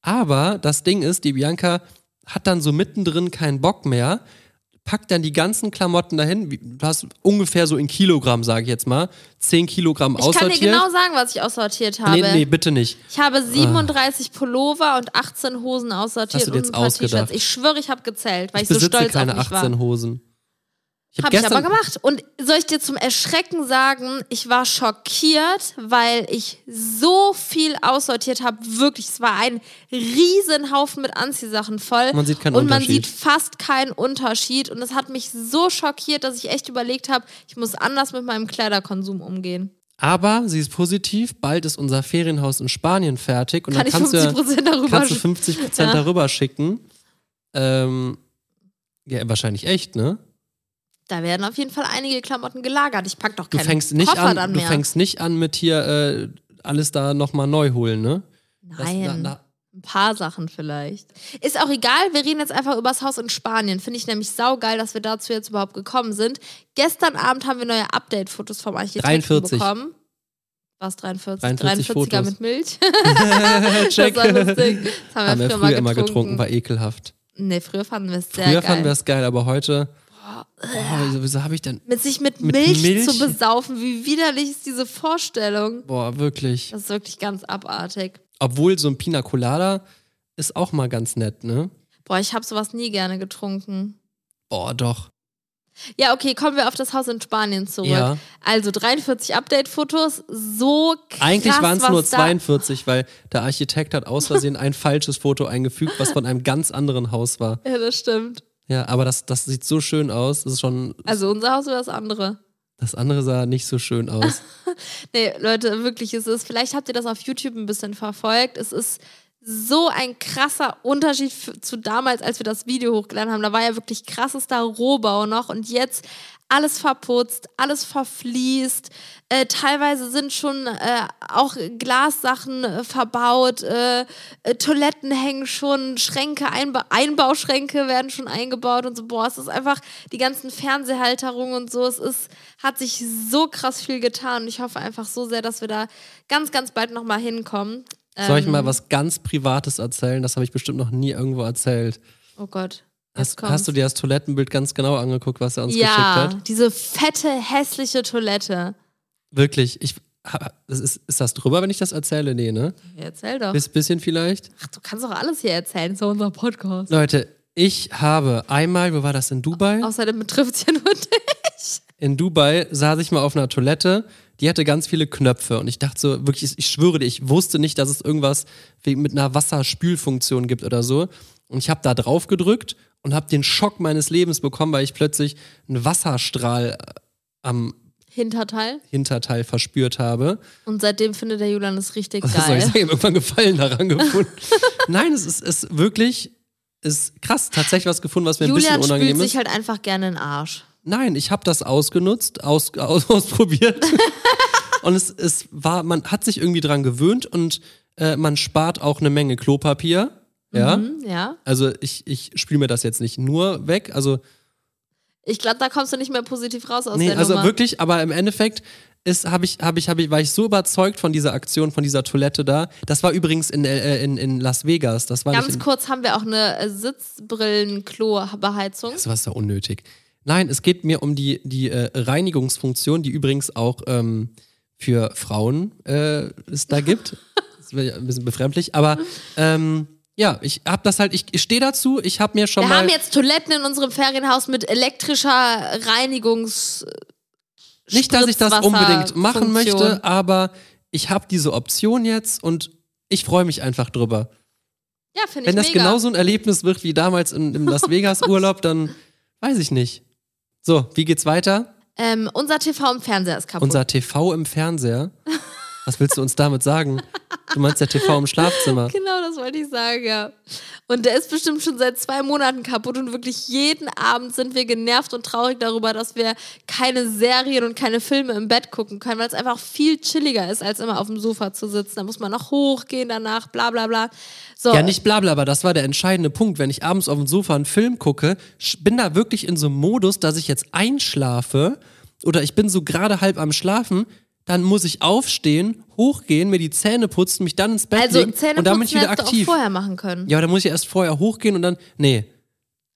B: Aber das Ding ist, die Bianca hat dann so mittendrin keinen Bock mehr, packt dann die ganzen Klamotten dahin. Wie- Du hast ungefähr so in Kilogramm, sage ich jetzt mal, 10 Kilogramm
A: Ich kann
B: aussortiert.
A: dir genau sagen, was ich aussortiert habe.
B: nee, Ah. nee, bitte nicht.
A: Ich habe 37 Pullover und 18 Hosen aussortiert
B: Hast du dir
A: und
B: jetzt
A: ein paar
B: ausgedacht?
A: T-Shirts. Ich schwöre, ich habe gezählt, weil ich, so
B: Besitze
A: stolz
B: keine
A: auf mich
B: 18
A: war.
B: Hosen. Ich
A: Hab ich aber gemacht. Und soll ich dir zum Erschrecken sagen, ich war schockiert, weil ich so viel aussortiert habe. Wirklich, es war ein Riesenhaufen mit Anziehsachen voll.
B: Man sieht keinen
A: Und man sieht
B: Unterschied.
A: fast keinen Unterschied. Und das hat mich so schockiert, dass ich echt überlegt habe, ich muss anders mit meinem Kleiderkonsum umgehen.
B: Aber sie ist positiv. Bald ist unser Ferienhaus in Spanien fertig. Und
A: Kann
B: dann
A: ich
B: kannst
A: 50
B: du,
A: Prozent darüber
B: kannst du 50 Prozent
A: Ja.
B: darüber schicken. Ähm, ja, wahrscheinlich echt, ne?
A: Da werden auf jeden Fall einige Klamotten gelagert. Ich pack doch
B: Du
A: keinen
B: fängst nicht
A: Koffer
B: an,
A: dann
B: du
A: mehr.
B: fängst nicht an mit hier äh, alles da nochmal neu holen, ne? Das-
A: Nein.
B: na, na,
A: Ein paar Sachen vielleicht. Ist auch egal, wir reden jetzt einfach über das Haus in Spanien. Finde ich nämlich saugeil, dass wir dazu jetzt überhaupt gekommen sind. Gestern Abend haben wir neue Update-Fotos vom Architekten
B: 43.
A: bekommen. Was, 43?
B: 43
A: er
B: Fotos.
A: mit Milch?
B: check.
A: Das war lustig. Das haben,
B: Haben
A: wir
B: wir
A: früher,
B: früher
A: mal
B: immer
A: getrunken.
B: getrunken, war ekelhaft.
A: nee, früher fanden wir es sehr
B: Früher
A: geil.
B: fanden wir es geil, aber heute. Boah, wieso, wieso habe ich denn.
A: mit sich mit,
B: mit
A: Milch,
B: Milch?
A: zu besaufen, wie widerlich ist diese Vorstellung?
B: Boah, wirklich.
A: Das ist wirklich ganz abartig.
B: Obwohl so ein Pina Colada ist auch mal ganz nett, ne?
A: Boah, ich habe sowas nie gerne getrunken.
B: Boah, doch.
A: Ja, okay, kommen wir auf das Haus in Spanien zurück.
B: Ja.
A: Also 43 Update-Fotos, so krass.
B: Eigentlich waren es
A: was
B: nur
A: da-
B: 42, weil der Architekt hat aus Versehen ein falsches Foto eingefügt, was von einem ganz anderen Haus war.
A: Ja, das stimmt.
B: Ja, aber das, das sieht so schön aus. Das ist schon.
A: Also unser Haus oder das andere?
B: Das andere sah nicht so schön aus.
A: Nee, Leute, wirklich, es ist, vielleicht habt ihr das auf YouTube ein bisschen verfolgt. Es ist so ein krasser Unterschied f- zu damals, als wir das Video hochgeladen haben. Da war ja wirklich krassester Rohbau noch und jetzt alles verputzt, alles verfließt. Äh, teilweise sind schon äh, auch Glassachen äh, verbaut, äh, äh, Toiletten hängen schon, Schränke, Einba Einbauschränke werden schon eingebaut und so. Boah, es ist einfach die ganzen Fernsehhalterungen und so. Es ist, hat sich so krass viel getan und ich hoffe einfach so sehr, dass wir da ganz, ganz bald nochmal hinkommen. Äh,
B: Soll ich
A: Ähm.
B: mal was ganz Privates erzählen? Das habe ich bestimmt noch nie irgendwo erzählt.
A: Oh Gott. jetzt
B: Hast,
A: kommt's.
B: hast du dir das Toilettenbild ganz genau angeguckt, was er uns geschickt
A: ja,
B: hat?
A: diese fette, hässliche Toilette.
B: Wirklich, ich. ha- das Ist, ist das drüber, wenn ich das erzähle? Nee, ne?
A: Ja, Erzähl doch.
B: Bis bisschen vielleicht?
A: Ach, du kannst doch alles hier erzählen, ist doch unser Podcast.
B: Leute, ich habe einmal, wo war das? In Dubai?
A: Außerdem betrifft es ja nur dich.
B: in Dubai saß ich mal auf einer Toilette, die hatte ganz viele Knöpfe und ich dachte so, wirklich, ich schwöre dir, ich wusste nicht, dass es irgendwas wie mit einer Wasserspülfunktion gibt oder so. Und ich habe da drauf gedrückt und habe den Schock meines Lebens bekommen, weil ich plötzlich einen Wasserstrahl am
A: Hinterteil.
B: Hinterteil verspürt habe.
A: Und seitdem findet der Julian es richtig
B: Was soll ich
A: geil.
B: sagen? Ich habe irgendwann Gefallen daran gefunden. Nein, es ist, ist wirklich ist krass, tatsächlich was gefunden, was mir ein bisschen
A: Julian
B: unangenehm
A: spült
B: ist.
A: sich halt einfach gerne in den Arsch.
B: Nein, ich habe das ausgenutzt, aus, aus, ausprobiert. und es, es war, man hat sich irgendwie dran gewöhnt und äh, man spart auch eine Menge Klopapier. Ja.
A: Hm, ja.
B: Also ich, ich spüle mir das jetzt nicht nur weg. Also,
A: Ich glaube, da kommst du nicht mehr positiv raus aus
B: nee,
A: der
B: also
A: Nummer.
B: wirklich, aber im Endeffekt ist, hab ich, hab ich, hab ich, war ich so überzeugt von dieser Aktion, von dieser Toilette da. Das war übrigens in, äh, in, in Las Vegas. Das war nicht
A: Ganz
B: in,
A: kurz haben wir auch eine äh, Sitzbrillen-Klo-Beheizung.
B: Das war so unnötig. Nein, es geht mir um die, die äh, Reinigungsfunktion, die übrigens auch ähm, für Frauen äh, es da gibt. Das wäre ja ein bisschen befremdlich, aber ähm, ja, ich hab das halt, ich, ich stehe dazu, ich habe mir schon
A: Wir
B: mal.
A: haben jetzt Toiletten in unserem Ferienhaus mit elektrischer Reinigungs...
B: nicht, dass ich das unbedingt machen
A: Spritzwasserfunktion.
B: möchte, aber ich habe diese Option jetzt und ich freue mich einfach drüber.
A: Ja, finde ich
B: Wenn das
A: mega.
B: genauso ein Erlebnis wird wie damals in, im Las Vegas Urlaub, dann weiß ich nicht. So, wie geht's weiter?
A: ähm, unser TV im Fernseher ist kaputt.
B: Unser TV im Fernseher. Was willst du uns damit sagen? Du meinst der TV im Schlafzimmer.
A: Genau, das wollte ich sagen, ja. Und der ist bestimmt schon seit zwei Monaten kaputt und wirklich jeden Abend sind wir genervt und traurig darüber, dass wir keine Serien und keine Filme im Bett gucken können, weil es einfach viel chilliger ist, als immer auf dem Sofa zu sitzen. Da muss man noch hochgehen danach, bla bla bla. So,
B: Ja, nicht blabla, aber das war der entscheidende Punkt. Wenn ich abends auf dem Sofa einen Film gucke, sch- bin da wirklich in so einem Modus, dass ich jetzt einschlafe oder ich bin so gerade halb am Schlafen, dann muss ich aufstehen, hochgehen, mir die Zähne putzen, mich dann ins Bett
A: also
B: legen und dann bin
A: Zähneputzen
B: ich wieder
A: hättest du auch
B: aktiv.
A: vorher machen können.
B: Ja, aber dann muss ich erst vorher hochgehen und dann. Nee.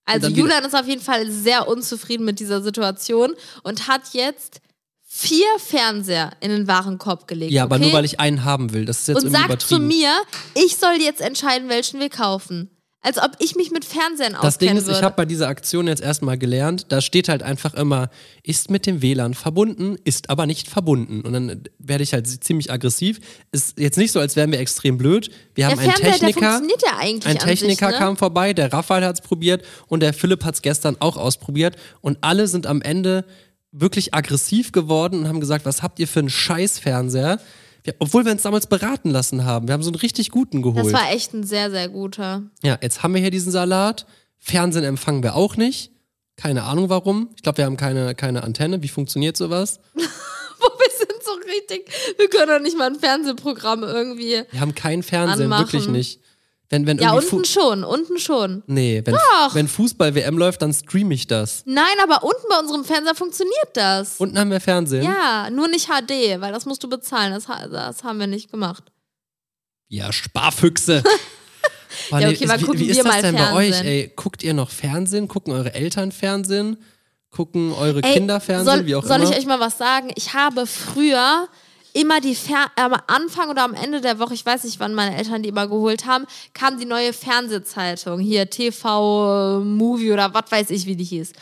A: Also
B: Und dann wieder-
A: Julian ist auf jeden Fall sehr unzufrieden mit dieser Situation und hat jetzt vier Fernseher in den Warenkorb gelegt.
B: Ja, aber
A: okay?
B: nur weil ich einen haben will. Das ist jetzt
A: und
B: irgendwie
A: sagt zu
B: übertrieben.
A: mir, ich soll jetzt entscheiden, welchen wir kaufen. Als ob ich mich mit Fernsehen
B: Das Ding
A: auskennen
B: ist, ich
A: würde.
B: habe bei dieser Aktion jetzt erstmal gelernt, da steht halt einfach immer, ist mit dem WLAN verbunden, ist aber nicht verbunden. Und dann werde ich halt ziemlich aggressiv. Ist jetzt nicht so, als wären wir extrem blöd.
A: der
B: Wir haben einen
A: Fernseher, der
B: Techniker.
A: funktioniert ja eigentlich
B: Ein
A: an
B: Techniker
A: sich, ne?
B: kam vorbei, der Raphael hat es probiert und der Philipp hat es gestern auch ausprobiert. Und alle sind am Ende wirklich aggressiv geworden und haben gesagt, was habt ihr für einen Scheißfernseher? Wir, obwohl wir uns damals beraten lassen haben. Wir haben so einen richtig guten geholt.
A: Das war echt ein sehr, sehr guter.
B: Ja, jetzt haben wir hier diesen Salat. Fernsehen empfangen wir auch nicht. Keine Ahnung warum. Ich glaube, wir haben keine, keine Antenne. Wie funktioniert sowas?
A: Boah, wir sind so richtig, wir können doch nicht mal ein Fernsehprogramm irgendwie.
B: Wir haben kein Fernsehen,
A: Anmachen.
B: wirklich nicht. Wenn, wenn
A: Ja,
B: irgendwie Fu-
A: unten schon, unten schon.
B: Nee, wenn,
A: Doch.
B: wenn Fußball-WM läuft, dann streame ich das.
A: Nein, aber unten bei unserem Fernseher funktioniert das.
B: Unten haben wir Fernsehen.
A: ja, nur nicht HD, weil das musst du bezahlen. Das, ha- das haben wir nicht gemacht.
B: Ja, Sparfüchse. Boah,
A: Ja, okay, mal
B: wie,
A: gucken
B: wie ist
A: wir
B: das
A: mal
B: denn bei euch,
A: Fernsehen.
B: ey? Guckt ihr noch Fernsehen? Gucken eure Eltern Fernsehen? Gucken eure
A: Ey,
B: Kinder Fernsehen?
A: soll,
B: wie auch
A: Soll
B: immer?
A: ich euch mal was sagen? Ich habe früher immer die Fer am Anfang oder am Ende der Woche, ich weiß nicht, wann meine Eltern die immer geholt haben, kam die neue Fernsehzeitung. Hier TV, äh, Movie oder was weiß ich, wie die hieß.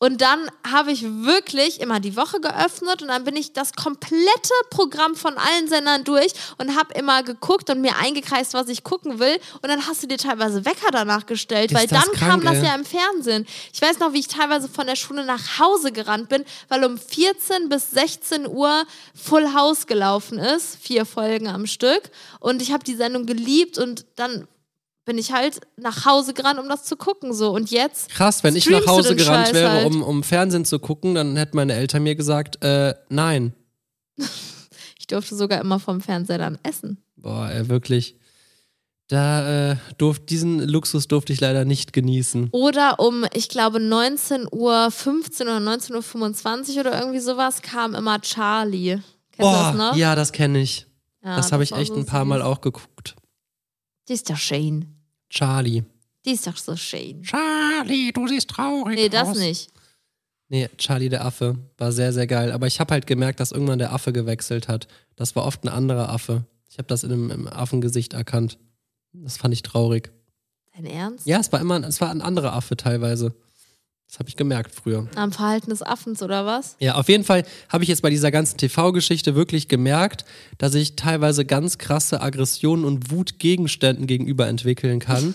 A: Und dann habe ich wirklich immer die Woche geöffnet und dann bin ich das komplette Programm von allen Sendern durch und habe immer geguckt und mir eingekreist, was ich gucken will. Und dann hast du dir teilweise Wecker danach gestellt,
B: Ist
A: weil
B: das
A: dann kam
B: krank,
A: das
B: ey.
A: ja im Fernsehen. Ich weiß noch, wie ich teilweise von der Schule nach Hause gerannt bin, weil um 14 bis 16 Uhr Full House gelaufen ist, vier Folgen am Stück. Und ich habe die Sendung geliebt und dann bin ich halt nach Hause gerannt, um das zu gucken so. Und jetzt
B: Krass, wenn ich
A: Streamst
B: nach
A: du
B: Hause
A: den
B: gerannt
A: Scheiß
B: wäre,
A: halt?
B: um, um Fernsehen zu gucken, dann hätten meine Eltern mir gesagt, äh, nein.
A: Ich durfte sogar immer vom Fernseher dann essen.
B: Boah, ey, wirklich. Da äh, durft, diesen Luxus durfte ich leider nicht genießen.
A: Oder um, ich glaube, 19.15 Uhr 15 oder 19.25 Uhr oder irgendwie sowas kam immer Charlie. Kennst
B: Boah,
A: du das noch?
B: ja, das kenne ich.
A: Ja,
B: das habe ich
A: war
B: echt
A: so
B: ein paar
A: süß.
B: Mal auch geguckt.
A: Die ist doch schön.
B: Charlie.
A: Die ist doch so schön.
B: Charlie, du siehst traurig
A: Nee, das nicht.
B: Nee, Charlie der Affe war sehr, sehr geil. Aber ich habe halt gemerkt, dass irgendwann der Affe gewechselt hat. Das war oft ein anderer Affe. Ich habe das in einem, im Affengesicht erkannt. Das fand ich traurig.
A: Dein Ernst?
B: Ja, es war immer, es war ein anderer Affe teilweise. Das habe ich gemerkt früher.
A: Am Verhalten des Affens oder was?
B: Ja, auf jeden Fall habe ich jetzt bei dieser ganzen TV-Geschichte wirklich gemerkt, dass ich teilweise ganz krasse Aggressionen und Wut Gegenständen gegenüber entwickeln kann.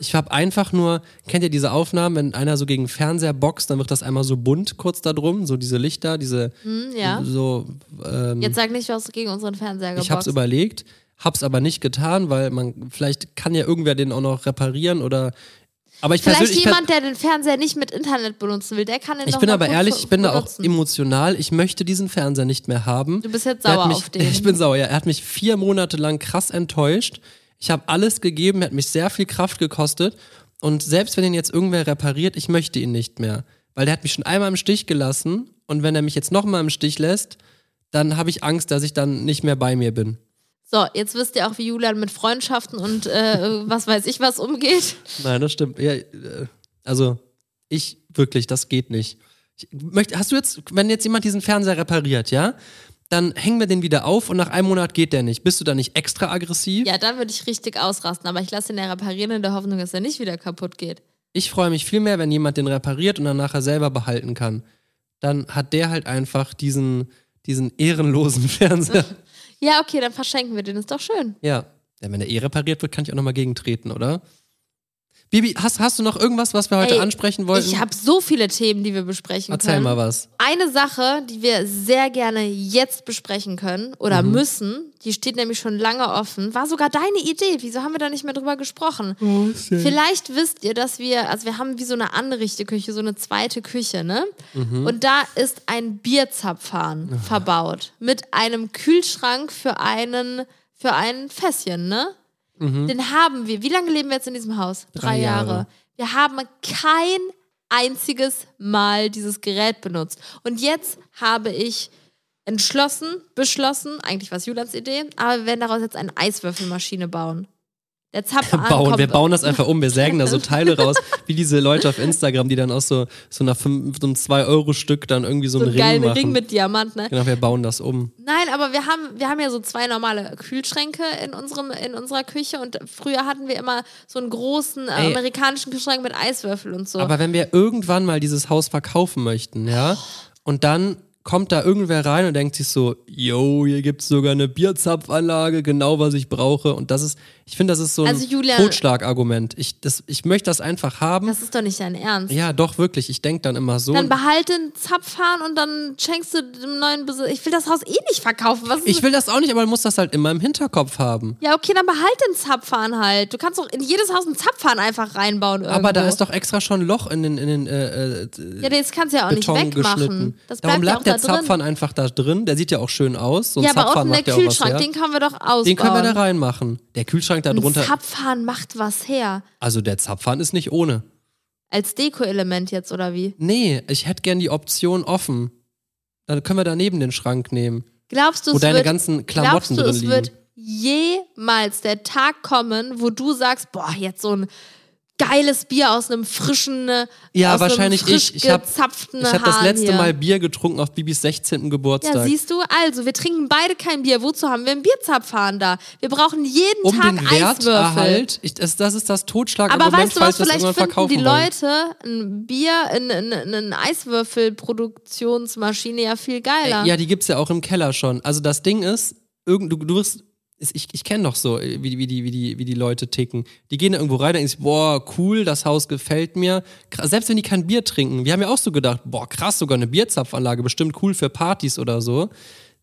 B: Ich habe einfach nur, kennt ihr diese Aufnahmen, wenn einer so gegen den Fernseher boxt, dann wird das einmal so bunt kurz da drum, so diese Lichter, diese
A: Hm, ja.
B: so ähm,
A: Jetzt sag nicht, du hast gegen unseren Fernseher
B: ich habe es
A: geboxt.
B: überlegt, habe es aber nicht getan, weil man vielleicht kann ja irgendwer den auch noch reparieren oder aber ich
A: Vielleicht
B: persönlich Also ich per-
A: jemand, der den Fernseher nicht mit Internet benutzen will, der kann den
B: Ich
A: doch
B: bin
A: noch
B: aber
A: gut
B: ehrlich, ich bin da auch
A: benutzen.
B: emotional. Ich möchte diesen Fernseher nicht mehr haben.
A: Du bist jetzt
B: Der hat
A: sauer
B: mich,
A: auf den.
B: Ich bin sauer, ja. Er hat mich vier Monate lang krass enttäuscht. Ich habe alles gegeben, er hat mich sehr viel Kraft gekostet. Und selbst wenn ihn jetzt irgendwer repariert, ich möchte ihn nicht mehr. Weil der hat mich schon einmal im Stich gelassen. Und wenn er mich jetzt nochmal im Stich lässt, dann habe ich Angst, dass ich dann nicht mehr bei mir bin.
A: So, jetzt wisst ihr auch, wie Julian mit Freundschaften und äh, was weiß ich was umgeht.
B: Nein, das stimmt. Ja, äh, also, ich wirklich, das geht nicht. Ich möchte, hast du jetzt, wenn jetzt jemand diesen Fernseher repariert, ja, dann hängen wir den wieder auf und nach einem Monat geht der nicht. Bist du da nicht extra aggressiv?
A: Ja, dann würde ich richtig ausrasten, aber ich lasse ihn ja reparieren in der Hoffnung, dass er nicht wieder kaputt geht.
B: Ich freue mich viel mehr, wenn jemand den repariert und dann nachher selber behalten kann. Dann hat der halt einfach diesen, diesen ehrenlosen Fernseher.
A: Ja, okay, dann verschenken wir den, ist doch schön.
B: ja. ja. Wenn der eh repariert wird, kann ich auch nochmal gegentreten, oder? Bibi, hast, hast du noch irgendwas, was wir heute
A: Ey,
B: ansprechen wollten?
A: Ich ne? habe so viele Themen, die wir besprechen
B: Erzähl
A: können.
B: mal was.
A: Eine Sache, die wir sehr gerne jetzt besprechen können oder müssen, die steht nämlich schon lange offen, war sogar deine Idee. Wieso haben wir da nicht mehr drüber gesprochen? Vielleicht wisst ihr, dass wir, also wir haben wie so eine Anrichteküche, so eine zweite Küche, ne? Und da ist ein Bierzapfhahn verbaut mit einem Kühlschrank für einen, für ein Fässchen, ne? Den haben wir. Wie lange leben wir jetzt in diesem Haus?
B: Hm? Drei Jahre.
A: Wir haben kein einziges Mal dieses Gerät benutzt. Und jetzt habe ich entschlossen, beschlossen, eigentlich war es Julans Idee, aber wir werden daraus jetzt eine Eiswürfelmaschine bauen. Der Zapfhahn
B: bauen.
A: kommt
B: Wir bauen das einfach um. Wir sägen da so Teile raus, wie diese Leute auf Instagram, die dann aus so, so, einer fünf, so einem 2-Euro-Stück dann irgendwie so,
A: so
B: einen
A: einen
B: Ring
A: geilen
B: machen.
A: Ring mit Diamant, ne?
B: genau, wir bauen das um.
A: Nein, aber wir haben, wir haben ja so zwei normale Kühlschränke in, unserem, in unserer Küche und früher hatten wir immer so einen großen äh,
B: Ey.
A: amerikanischen Kühlschrank mit Eiswürfel und so.
B: Aber wenn wir irgendwann mal dieses Haus verkaufen möchten, ja, und dann kommt da irgendwer rein und denkt sich so, yo, hier gibt's sogar eine Bierzapfanlage, genau was ich brauche. Und das ist, ich finde, das ist so ein
A: Also, Julia-
B: Totschlagargument. Ich, das, ich möchte das einfach haben.
A: das ist doch nicht dein Ernst.
B: ja, doch, wirklich. Ich denke dann immer so.
A: Dann behalte den Zapfhahn und dann schenkst du dem neuen Besitzer. Ich will das Haus eh nicht verkaufen. Was ist
B: ich will das auch nicht, aber man muss das halt immer im Hinterkopf haben.
A: ja, okay, dann behalt den Zapfhahn halt. Du kannst doch in jedes Haus einen Zapfhahn einfach reinbauen. Irgendwo.
B: Aber da ist doch extra schon ein Loch in den, in den äh, äh,
A: Ja, das kannst du ja auch
B: Beton
A: nicht wegmachen.
B: geschnitten.
A: Das bleibt
B: Darum
A: ja
B: lag
A: auch
B: der
A: da
B: Zapfhahn
A: drin.
B: einfach da drin. Der sieht ja auch schön aus. So ein
A: Ja, aber
B: Zapfhahn
A: unten der
B: macht ja auch was her.
A: Kühlschrank, den können wir doch ausbauen.
B: Den können wir da reinmachen. Der Kühlschrank da
A: Ein
B: drunter.
A: Zapfhahn macht was her.
B: Also der Zapfhahn ist nicht ohne.
A: Als Deko-Element jetzt, oder wie?
B: Nee, ich hätte gern die Option offen. Dann können wir daneben den Schrank nehmen.
A: Glaubst du,
B: Wo
A: es
B: deine
A: wird,
B: ganzen
A: glaubst
B: Klamotten
A: du,
B: drin
A: es wird
B: liegen.
A: jemals der Tag kommen, wo du sagst, boah, jetzt so ein geiles Bier aus einem frischen, äh,
B: Ja,
A: aus
B: wahrscheinlich
A: einem frisch
B: ich. Ich habe
A: gezapften
B: hab das
A: Hahn
B: letzte
A: hier.
B: Mal Bier getrunken auf Bibis 16. Geburtstag.
A: Ja, siehst du, also wir trinken beide kein Bier. Wozu haben wir einen Bierzapfhahn da? Wir brauchen jeden
B: um
A: Tag
B: den
A: Eiswürfel.
B: Werterhalt. Ich, das, das ist das Totschlagargument,
A: Aber weißt du
B: falls
A: was,
B: wir das
A: vielleicht
B: irgendwann
A: finden
B: verkaufen
A: die
B: wollen.
A: Leute ein Bier, eine ein, ein Eiswürfelproduktionsmaschine ja viel geiler.
B: Äh, Ja, die gibt's ja auch im Keller schon. Also das Ding ist, irgend, du, du wirst, ist- ich, ich kenne doch so, äh, wie, die- wie, die, wie, die, wie die Leute ticken. Die gehen da irgendwo rein, denken sich, boah, cool, das Haus gefällt mir. Kra- Selbst wenn die kein Bier trinken, wir haben ja auch so gedacht, boah, krass, sogar eine Bierzapfanlage, bestimmt cool für Partys oder so.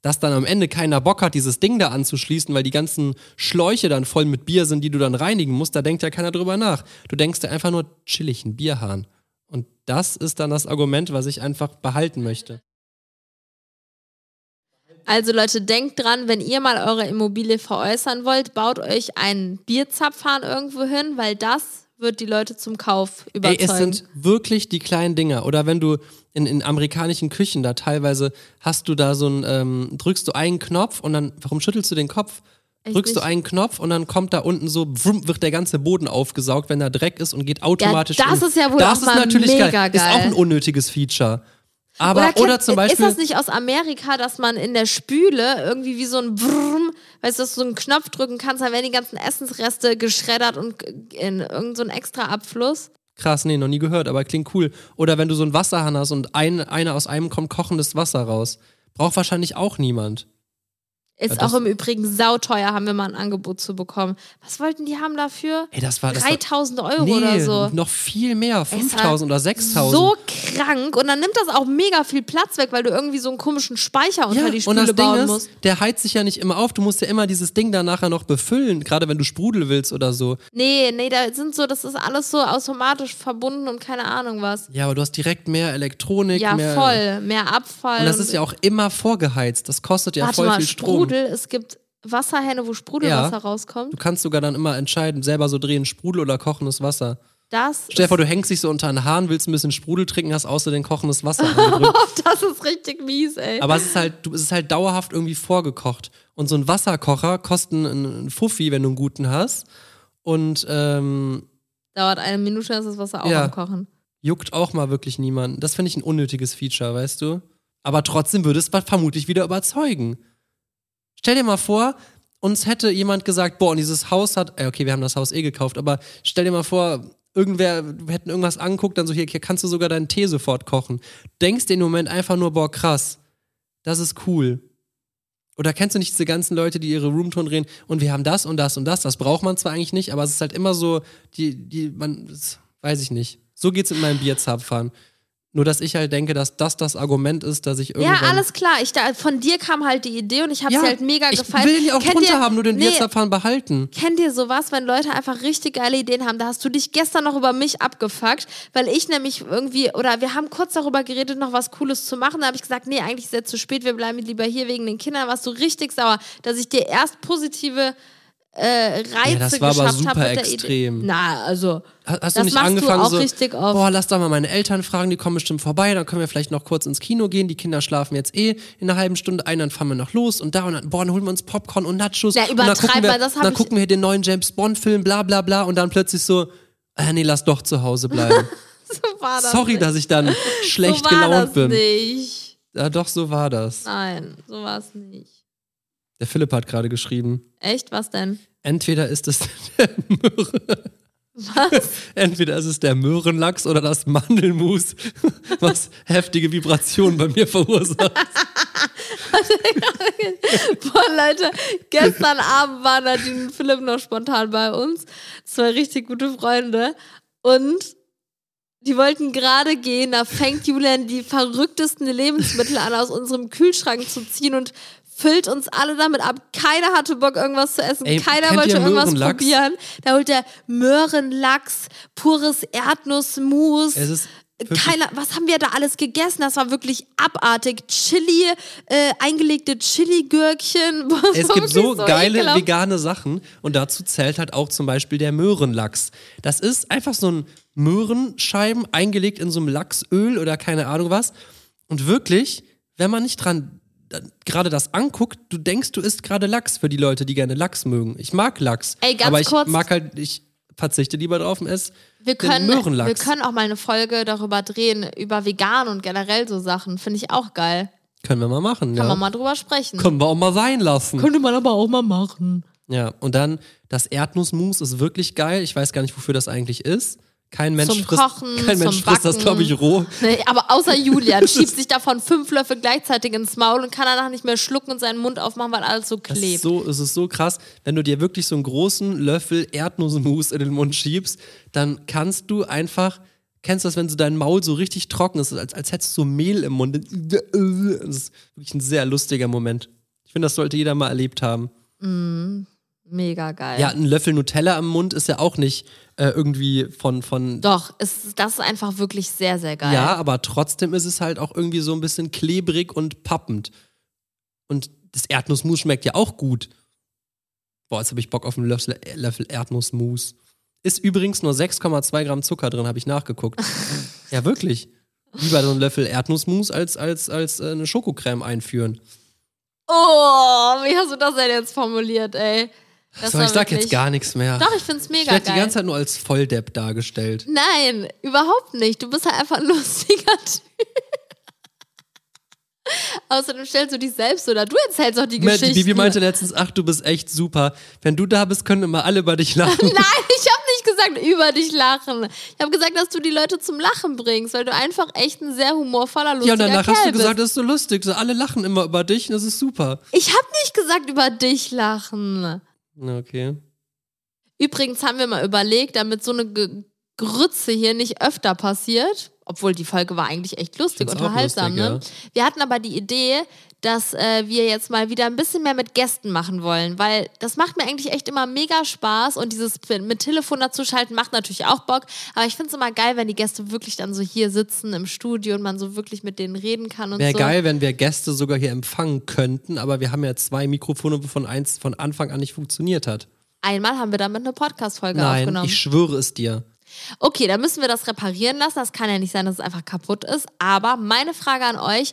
B: Dass dann am Ende keiner Bock hat, dieses Ding da anzuschließen, weil die ganzen Schläuche dann voll mit Bier sind, die du dann reinigen musst, da denkt ja keiner drüber nach. Du denkst dir einfach nur, chillig, ein Bierhahn. Und das ist dann das Argument, was ich einfach behalten möchte.
A: Also Leute, denkt dran, wenn ihr mal eure Immobilie veräußern wollt, baut euch einen Bierzapfhahn irgendwo hin, weil das wird die Leute zum Kauf
B: Ey,
A: überzeugen.
B: es sind wirklich die kleinen Dinger. Oder wenn du in, in amerikanischen Küchen da teilweise hast du da so ein, ähm, drückst du einen Knopf und dann, warum schüttelst du den Kopf?
A: Echt
B: drückst du
A: nicht?
B: einen Knopf und dann kommt da unten so, wumm, wird der ganze Boden aufgesaugt, wenn da Dreck ist und geht automatisch.
A: das
B: in-
A: ist ja wohl
B: das
A: auch
B: ist
A: mal
B: natürlich
A: mega
B: geil. Ist auch
A: geil.
B: ein unnötiges Feature. Aber, oder,
A: kennt-
B: zum Beispiel.
A: Ist das nicht aus Amerika, dass man in der Spüle irgendwie wie so ein Brrm, weißt du, dass du so einen Knopf drücken kannst, dann werden die ganzen Essensreste geschreddert und in irgendeinen so einen extra Abfluss?
B: Krass, nee, noch nie gehört, aber klingt cool. Oder wenn du so einen Wasserhahn hast und ein, einer aus einem kommt kochendes Wasser raus. Braucht wahrscheinlich auch niemand.
A: Ist
B: Ja, das-
A: auch im Übrigen sauteuer, haben wir mal ein Angebot zu bekommen. Was wollten die haben dafür?
B: Ey, das war. Das war
A: 3000 Euro
B: Nee,
A: oder so.
B: noch viel mehr.
A: war
B: 5000 oder 6000.
A: So krank und dann nimmt das auch mega viel Platz weg, weil du irgendwie so einen komischen Speicher unter
B: ja,
A: die
B: und
A: Spüle
B: das
A: bauen
B: Ding ist,
A: musst.
B: der heizt sich ja nicht immer auf. Du musst ja immer dieses Ding da nachher noch befüllen, gerade wenn du Sprudel willst oder so.
A: Nee, nee, da sind so, das ist alles so automatisch verbunden und keine Ahnung was.
B: Ja, aber du hast direkt mehr Elektronik,
A: Ja,
B: mehr.
A: voll, mehr Abfall.
B: Und das ist ja auch immer vorgeheizt. Das kostet ja
A: warte
B: voll
A: mal,
B: viel Strom.
A: Sprudel, es gibt Wasserhähne, wo Sprudelwasser
B: Ja.
A: rauskommt.
B: Du kannst sogar dann immer entscheiden, selber so drehen, Sprudel oder kochendes Wasser.
A: Das,
B: Stell dir vor, du hängst dich so unter einen Hahn, willst ein bisschen Sprudel trinken, hast außerdem kochendes Wasser angedrückt.
A: das ist richtig mies, ey.
B: Aber es ist halt, du, es ist halt dauerhaft irgendwie vorgekocht. Und so ein Wasserkocher kostet einen- einen Fuffi, wenn du einen guten hast. Und ähm,
A: Dauert eine Minute, dann ist das Wasser auch
B: Ja.
A: am Kochen.
B: juckt auch mal wirklich niemanden. Das finde ich ein unnötiges Feature, weißt du? Aber trotzdem würde es ver- vermutlich wieder überzeugen. Stell dir mal vor, uns hätte jemand gesagt, boah, und dieses Haus hat, äh, okay, wir haben das Haus eh gekauft, aber stell dir mal vor, irgendwer, wir hätten irgendwas angeguckt, dann so, hier, hier kannst du sogar deinen Tee sofort kochen. Denkst dir im Moment einfach nur, boah, krass, das ist cool. Oder kennst du nicht diese ganzen Leute, die ihre Roomtone reden und wir haben das und das und das, das braucht man zwar eigentlich nicht, aber es ist halt immer so, die, die, man, das weiß ich nicht. So geht's mit meinem Bierzapfern. Nur, dass ich halt denke, dass das das Argument ist, dass ich irgendwann...
A: Ja, alles klar. Ich, da, von dir kam halt die Idee und ich habe sie halt mega
B: ich
A: gefallen.
B: will den ja auch
A: Kennt
B: drunter
A: ihr-
B: haben, nur den Bierzapfhahn behalten.
A: Kennt ihr sowas, wenn Leute einfach richtig geile Ideen haben? Da hast du dich gestern noch über mich abgefuckt, weil ich nämlich irgendwie, oder wir haben kurz darüber geredet, noch was Cooles zu machen. Da habe ich gesagt, nee, eigentlich ist es zu spät, wir bleiben lieber hier wegen den Kindern. Warst du richtig sauer, dass ich dir erst positive äh, Reize
B: Ja, das war aber
A: geschafft habe
B: super
A: mit der
B: extrem.
A: Idee. Na, also.
B: Ha- Hast du
A: Das
B: nicht
A: machst du
B: angefangen
A: auch
B: so,
A: richtig oft.
B: boah, lass da mal meine Eltern fragen, die kommen bestimmt vorbei, dann können wir vielleicht noch kurz ins Kino gehen, die Kinder schlafen jetzt eh in einer halben Stunde ein, dann fahren wir noch los und da und dann, boah, dann holen wir uns Popcorn und Nachos
A: Ja,
B: und dann
A: übertreib
B: gucken wir,
A: mal, das hab
B: dann
A: ich-
B: gucken wir den neuen James Bond Film, bla bla bla und dann plötzlich so, äh, nee, lass doch zu Hause bleiben.
A: So war das
B: Sorry,
A: nicht.
B: dass ich dann schlecht
A: so war
B: gelaunt
A: das
B: bin.
A: nicht.
B: Ja, doch, so war das.
A: Nein, so war es nicht.
B: Der Philipp hat gerade geschrieben,
A: Echt, was denn?
B: entweder ist es der Möhre.
A: Was?
B: Entweder ist es der Möhrenlachs oder das Mandelmus, was heftige Vibrationen bei mir verursacht.
A: Boah, Leute, gestern Abend war Nadine und Philipp noch spontan bei uns. Zwei richtig gute Freunde. Und die wollten gerade gehen, da fängt Julian die verrücktesten Lebensmittel an, aus unserem Kühlschrank zu ziehen und füllt uns alle damit ab. Keiner hatte Bock, irgendwas zu essen.
B: Ey,
A: Keiner
B: kennt
A: wollte
B: ihr
A: irgendwas
B: Möhrenlachs?
A: probieren. Da holt er Möhrenlachs, pures Erdnussmus.
B: Es ist wirklich-
A: Keiner, was haben wir da alles gegessen? Das war wirklich abartig. Chili, äh, eingelegte Chili-Gürkchen. Boah, das
B: Es
A: war
B: gibt so
A: wirklich
B: geile
A: ekelhaft.
B: vegane Sachen und dazu zählt halt auch zum Beispiel der Möhrenlachs. Das ist einfach so ein Möhrenscheiben eingelegt in so einem Lachsöl oder keine Ahnung was. Und wirklich, wenn man nicht dran gerade das anguckt, du denkst, du isst gerade Lachs für die Leute, die gerne Lachs mögen. Ich mag Lachs,
A: Ey, ganz
B: aber ich
A: kurz.
B: mag halt ich verzichte lieber drauf und esse
A: Wir können,
B: den Möhrenlachs.
A: wir können auch mal eine Folge darüber drehen, über vegan und generell so Sachen. Finde ich auch geil.
B: Können wir mal
A: Kann
B: machen, ja.
A: man mal drüber sprechen.
B: Können wir auch mal sein lassen.
A: Könnte man aber auch mal machen.
B: Ja, und dann das Erdnussmus ist wirklich geil. Ich weiß gar nicht, wofür das eigentlich ist. Kein Mensch
A: Zum
B: frisst,
A: Kochen,
B: kein Mensch
A: zum
B: frisst das,
A: Backen.
B: glaube ich, roh.
A: Nee, aber außer Julian schiebt sich davon fünf Löffel gleichzeitig ins Maul und kann danach nicht mehr schlucken und seinen Mund aufmachen, weil alles so
B: Das
A: klebt.
B: ist so, es ist so krass, wenn du dir wirklich so einen großen Löffel Erdnussmus in den Mund schiebst, dann kannst du einfach, kennst du das, wenn so dein Maul so richtig trocken ist, als, als hättest du so Mehl im Mund. Das ist wirklich ein sehr lustiger Moment. Ich finde, das sollte jeder mal erlebt haben.
A: Mega geil.
B: Ja, ein Löffel Nutella im Mund ist ja auch nicht äh, irgendwie von, von
A: Doch, es, das ist einfach wirklich sehr, sehr geil.
B: Ja, aber trotzdem ist es halt auch irgendwie so ein bisschen klebrig und pappend. Und das Erdnussmus schmeckt ja auch gut. Boah, jetzt habe ich Bock auf einen Löffel, äh, Löffel Erdnussmus. Ist übrigens nur 6,2 Gramm Zucker drin, habe ich nachgeguckt. ja, wirklich. Lieber so einen Löffel Erdnussmus als, als, als äh, eine Schokocreme einführen.
A: Oh, wie hast du das denn jetzt formuliert, ey? Das
B: so,
A: war
B: ich sag
A: wirklich-
B: jetzt gar nichts mehr.
A: Doch, ich find's
B: ich
A: mega
B: werde die
A: geil.
B: ganze Zeit nur als Volldepp dargestellt.
A: Nein, überhaupt nicht. Du bist halt einfach ein lustiger Typ. Außerdem stellst du dich selbst oder du erzählst auch die
B: Die
A: Geschichte.
B: Bibi meinte letztens, ach, du bist echt super. Wenn du da bist, können immer alle über dich lachen.
A: Nein, ich habe nicht gesagt, über dich lachen. Ich habe gesagt, dass du die Leute zum Lachen bringst, weil du einfach echt ein sehr humorvoller, lustiger
B: Ja, und danach
A: Kerl
B: hast du
A: bist.
B: gesagt, das ist so lustig. So, alle lachen immer über dich und das ist super.
A: ich habe nicht gesagt, über dich lachen.
B: Na, Okay.
A: Übrigens haben wir mal überlegt, damit so eine Ge Grütze hier nicht öfter passiert, obwohl die Folge war eigentlich echt lustig,
B: Ich find's auch
A: unterhaltsam.
B: lustig,
A: ne? Wir hatten aber die Idee, dass äh, wir jetzt mal wieder ein bisschen mehr mit Gästen machen wollen, weil das macht mir eigentlich echt immer mega Spaß und dieses mit Telefon dazu schalten macht natürlich auch Bock, aber ich finde es immer geil, wenn die Gäste wirklich dann so hier sitzen im Studio und man so wirklich mit denen reden kann und
B: Wäre
A: so.
B: geil, wenn wir Gäste sogar hier empfangen könnten, aber wir haben ja zwei Mikrofone, wovon eins von Anfang an nicht funktioniert hat.
A: Einmal haben wir damit eine Podcast-Folge
B: Nein,
A: aufgenommen.
B: ich schwöre es dir.
A: Okay, dann müssen wir das reparieren lassen. Das kann ja nicht sein, dass es einfach kaputt ist. Aber meine Frage an euch.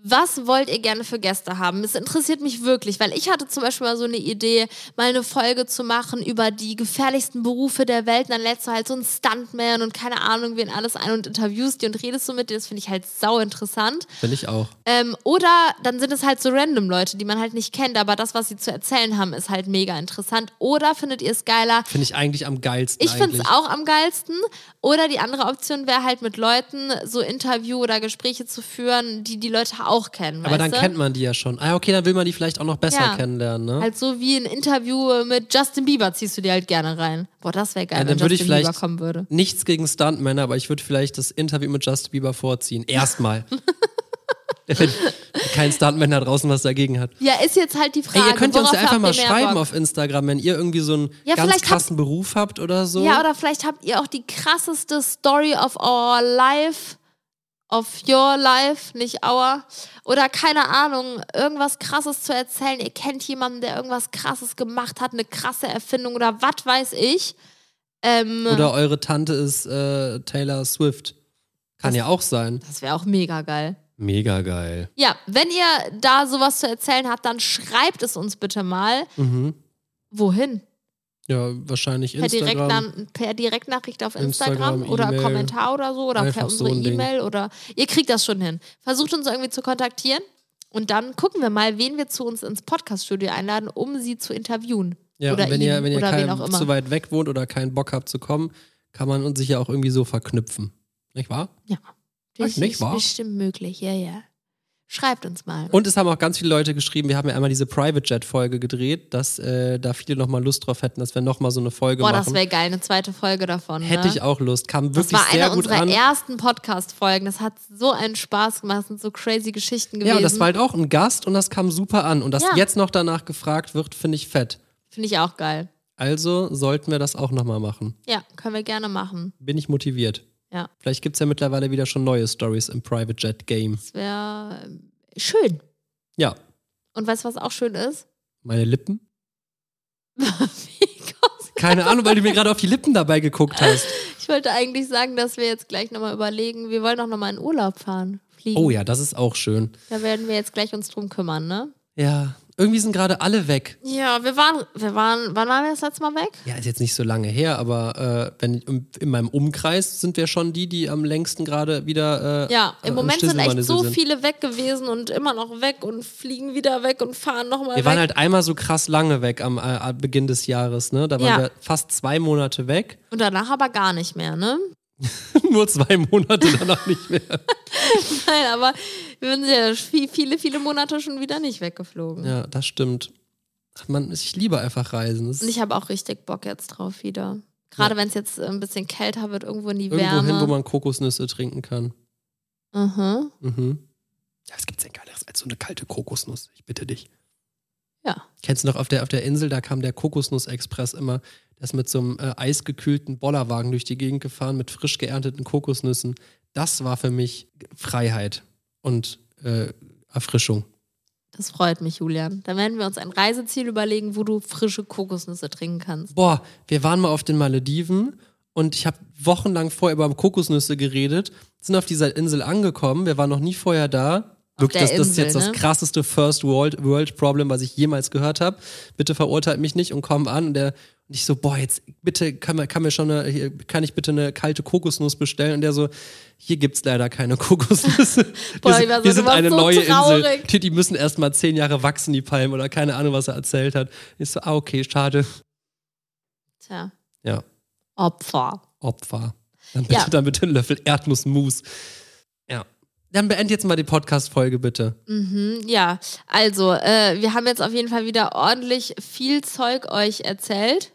A: Was wollt ihr gerne für Gäste haben? Es interessiert mich wirklich, weil ich hatte zum Beispiel mal so eine Idee, mal eine Folge zu machen über die gefährlichsten Berufe der Welt. Und dann lädst du halt so einen Stuntman und keine Ahnung, wen alles ein und interviewst die und redest so mit dir. Das finde ich halt sau interessant.
B: Finde ich auch.
A: Ähm, oder dann sind es halt so random Leute, die man halt nicht kennt, aber das, was sie zu erzählen haben, ist halt mega interessant. Oder findet ihr es geiler,
B: Finde ich eigentlich am geilsten.
A: ich finde es
B: eigentlich.
A: auch am geilsten. Oder die andere Option wäre halt mit Leuten so Interview oder Gespräche zu führen, die die Leute auch kennen.
B: Aber dann
A: weißt du?
B: kennt man die ja schon. Ah, okay, dann will man die vielleicht auch noch besser
A: Ja.
B: kennenlernen, ne?
A: Halt so wie ein Interview mit Justin Bieber ziehst du dir halt gerne rein. Boah, das wäre geil,
B: Ja, dann
A: wenn Justin
B: würde ich vielleicht-
A: Bieber kommen würde.
B: Nichts gegen Stuntmänner, aber ich würde vielleicht das Interview mit Justin Bieber vorziehen. Erstmal. Wenn kein Stuntman da draußen was dagegen hat.
A: Ja, ist jetzt halt die Frage.
B: Ey, ihr könnt ja uns
A: worauf
B: ja einfach
A: habt
B: mal
A: ihr mehr
B: schreiben
A: Bock?
B: auf Instagram, wenn ihr irgendwie so einen
A: Ja,
B: ganz
A: vielleicht
B: krassen Beruf habt oder so.
A: Ja, oder vielleicht habt ihr auch die krasseste Story of our life, of your life, nicht our. Oder keine Ahnung, irgendwas krasses zu erzählen. Ihr kennt jemanden, der irgendwas krasses gemacht hat, eine krasse Erfindung oder was weiß ich. Ähm,
B: Oder eure Tante ist äh, Taylor Swift. Kann ja auch sein.
A: das wäre auch mega geil.
B: Mega geil.
A: Ja, wenn ihr da sowas zu erzählen habt, dann schreibt es uns bitte mal.
B: Mhm.
A: Wohin?
B: Ja, wahrscheinlich
A: Per,
B: Instagram.
A: Direktna- per Direktnachricht auf Instagram,
B: Instagram,
A: oder
B: E-Mail.
A: Kommentar oder so oder
B: Einfach
A: per
B: so
A: unsere
B: ein Ding.
A: E-Mail oder ihr kriegt das schon hin. Versucht uns irgendwie zu kontaktieren und dann gucken wir mal, wen wir zu uns ins Podcast-Studio einladen, um sie zu interviewen.
B: ja,
A: oder
B: und wenn
A: ihn
B: ihr, wenn ihr
A: oder wen
B: kein,
A: auch immer.
B: zu weit weg wohnt oder keinen Bock habt zu kommen, kann man uns sich ja auch irgendwie so verknüpfen. Nicht wahr?
A: ja.
B: Ach, nicht wahr?
A: bestimmt möglich, ja, ja. Schreibt uns mal.
B: Und es haben auch ganz viele Leute geschrieben, wir haben ja einmal diese Private Jet-Folge gedreht, dass äh, da viele nochmal Lust drauf hätten, dass wir nochmal so eine Folge
A: Boah, das
B: machen.
A: wäre geil, eine zweite Folge davon.
B: Hätte
A: ne?
B: ich auch Lust. Kam
A: das
B: wirklich
A: war
B: sehr
A: eine
B: gut
A: unserer
B: an.
A: ersten Podcast-Folgen. Das hat so einen Spaß gemacht. Das sind so crazy Geschichten gewesen.
B: Ja, und das war halt auch ein Gast und das kam super an. Und dass
A: Ja.
B: jetzt noch danach gefragt wird, finde ich fett.
A: Finde ich auch geil.
B: Also sollten wir das auch nochmal machen.
A: Ja, können wir gerne machen.
B: Bin ich motiviert.
A: Ja.
B: Vielleicht gibt es ja mittlerweile wieder schon neue Stories im Private Jet Game.
A: Das wäre ähm, schön.
B: Ja,
A: Und weißt du, was auch schön ist?
B: meine Lippen.
A: Wie kommst-
B: Keine Ahnung, weil du mir gerade auf die Lippen dabei geguckt hast.
A: ich wollte eigentlich sagen, dass wir jetzt gleich nochmal überlegen, wir wollen auch nochmal in Urlaub fahren, fliegen.
B: Oh ja, das ist auch schön.
A: Da werden wir jetzt gleich uns drum kümmern, ne?
B: Ja, Irgendwie sind gerade alle weg.
A: Ja, wir waren, wir waren, wann waren wir das letzte Mal weg?
B: Ja, ist jetzt nicht so lange her, aber äh, wenn, im- in meinem Umkreis sind wir schon die, die am längsten gerade wieder. Äh,
A: Ja,
B: äh,
A: im
B: am
A: Moment sind echt
B: Schlüsselbandesel
A: so viele weg gewesen und immer noch weg und fliegen wieder weg und fahren nochmal
B: Wir
A: weg.
B: waren halt einmal so krass lange weg am äh, Beginn des Jahres, ne? Da waren
A: Ja.
B: wir fast zwei Monate weg.
A: und danach aber gar nicht mehr, ne?
B: Nur zwei Monate danach nicht mehr.
A: Nein, aber wir sind ja viel- viele, viele Monate schon wieder nicht weggeflogen.
B: Ja, das stimmt. Ach, man, ich liebe einfach Reisen. Das
A: Und
B: ist
A: ich habe auch richtig Bock jetzt drauf wieder. Gerade wenn es jetzt äh, ein bisschen kälter wird, irgendwo in die
B: irgendwo hin, wo
A: Wärme.
B: man Kokosnüsse trinken kann.
A: Mhm.
B: Mhm. Ja, was gibt's denn geileres als so eine kalte Kokosnuss? Ich bitte dich.
A: Ja.
B: Kennst du noch auf der, auf der Insel, da kam der Kokosnuss-Express immer, der ist mit so einem äh, eisgekühlten Bollerwagen durch die Gegend gefahren mit frisch geernteten Kokosnüssen. Das war für mich Freiheit und äh, Erfrischung.
A: Das freut mich, Julian. Dann werden wir uns ein Reiseziel überlegen, wo du frische Kokosnüsse trinken kannst.
B: Boah, wir waren mal auf den Malediven und ich habe wochenlang vorher über Kokosnüsse geredet, sind auf dieser Insel angekommen, wir waren noch nie vorher da. Wirklich,
A: der
B: das, das ist
A: Insel,
B: jetzt
A: ne?
B: das krasseste First World, World Problem, was ich jemals gehört habe. Bitte verurteilt mich nicht und komm an. Und, der, und ich so, boah, jetzt bitte kann, man- kann mir schon eine, hier, kann ich bitte eine kalte Kokosnuss bestellen? Und der so, hier gibt's leider keine Kokosnüsse.
A: Boah,
B: wir
A: ich war so,
B: sind, wir
A: du
B: sind
A: warst
B: eine
A: so
B: neue Insel.
A: traurig.
B: Die, die müssen erst mal zehn Jahre wachsen, die Palmen, oder keine Ahnung, was er erzählt hat. Ich so, ah, okay, schade.
A: Tja,
B: Ja,
A: Opfer.
B: Opfer. Dann bitte,
A: Ja.
B: dann bitte einen Löffel Erdnussmus. Ja. Dann beend jetzt mal die Podcast-Folge, bitte.
A: Mhm, ja, also äh, wir haben jetzt auf jeden Fall wieder ordentlich viel Zeug euch erzählt.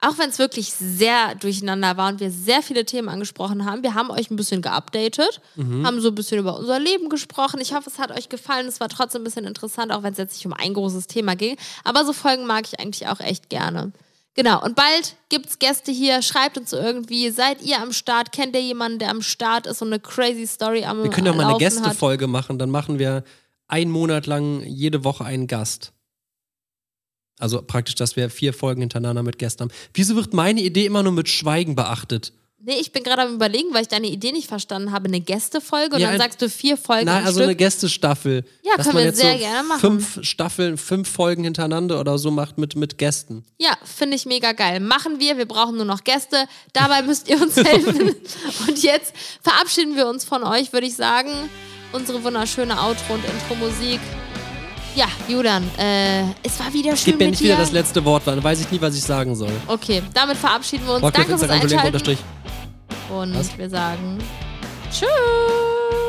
A: Auch wenn es wirklich sehr durcheinander war und wir sehr viele Themen angesprochen haben. Wir haben euch ein bisschen geupdatet,
B: Mhm.
A: haben so ein bisschen über unser Leben gesprochen. Ich hoffe, es hat euch gefallen. Es war trotzdem ein bisschen interessant, auch wenn es jetzt nicht um ein großes Thema ging. Aber so Folgen mag ich eigentlich auch echt gerne. Genau, und bald gibt's Gäste hier. Schreibt uns irgendwie, seid ihr am Start? Kennt ihr jemanden, der am Start ist und eine crazy Story am
B: Wir können doch mal eine
A: Laufen hat?
B: Gästefolge machen. Dann machen wir einen Monat lang jede Woche einen Gast. Also praktisch, dass wir vier Folgen hintereinander mit Gästen haben. Wieso wird meine Idee immer nur mit Schweigen beachtet?
A: Nee, ich bin gerade am überlegen, weil ich deine Idee nicht verstanden habe. Eine Gästefolge und
B: Ja,
A: dann
B: ein-
A: sagst du vier Folgen
B: Nein,
A: am
B: also eine
A: Stück.
B: Gästestaffel.
A: Ja,
B: dass
A: können
B: man
A: wir
B: jetzt
A: sehr
B: so
A: gerne machen.
B: Fünf Staffeln, fünf Folgen hintereinander oder so macht mit, mit Gästen.
A: Ja, finde ich mega geil. Machen wir, wir brauchen nur noch Gäste. Dabei müsst ihr uns helfen. und jetzt verabschieden wir uns von euch, würde ich sagen. Unsere wunderschöne Outro- und Intro-Musik. Ja, Julian, äh, es war wieder schön
B: Gib mir
A: mit
B: nicht
A: dir.
B: wieder das letzte Wort, weil dann weiß ich nie, was ich sagen soll.
A: okay, damit verabschieden wir uns.
B: Folgt mir auf
A: Danke fürs
B: Instagram, Kollege
A: Einschalten.
B: unterstrich.
A: Und
B: Was?
A: wir sagen Tschüss.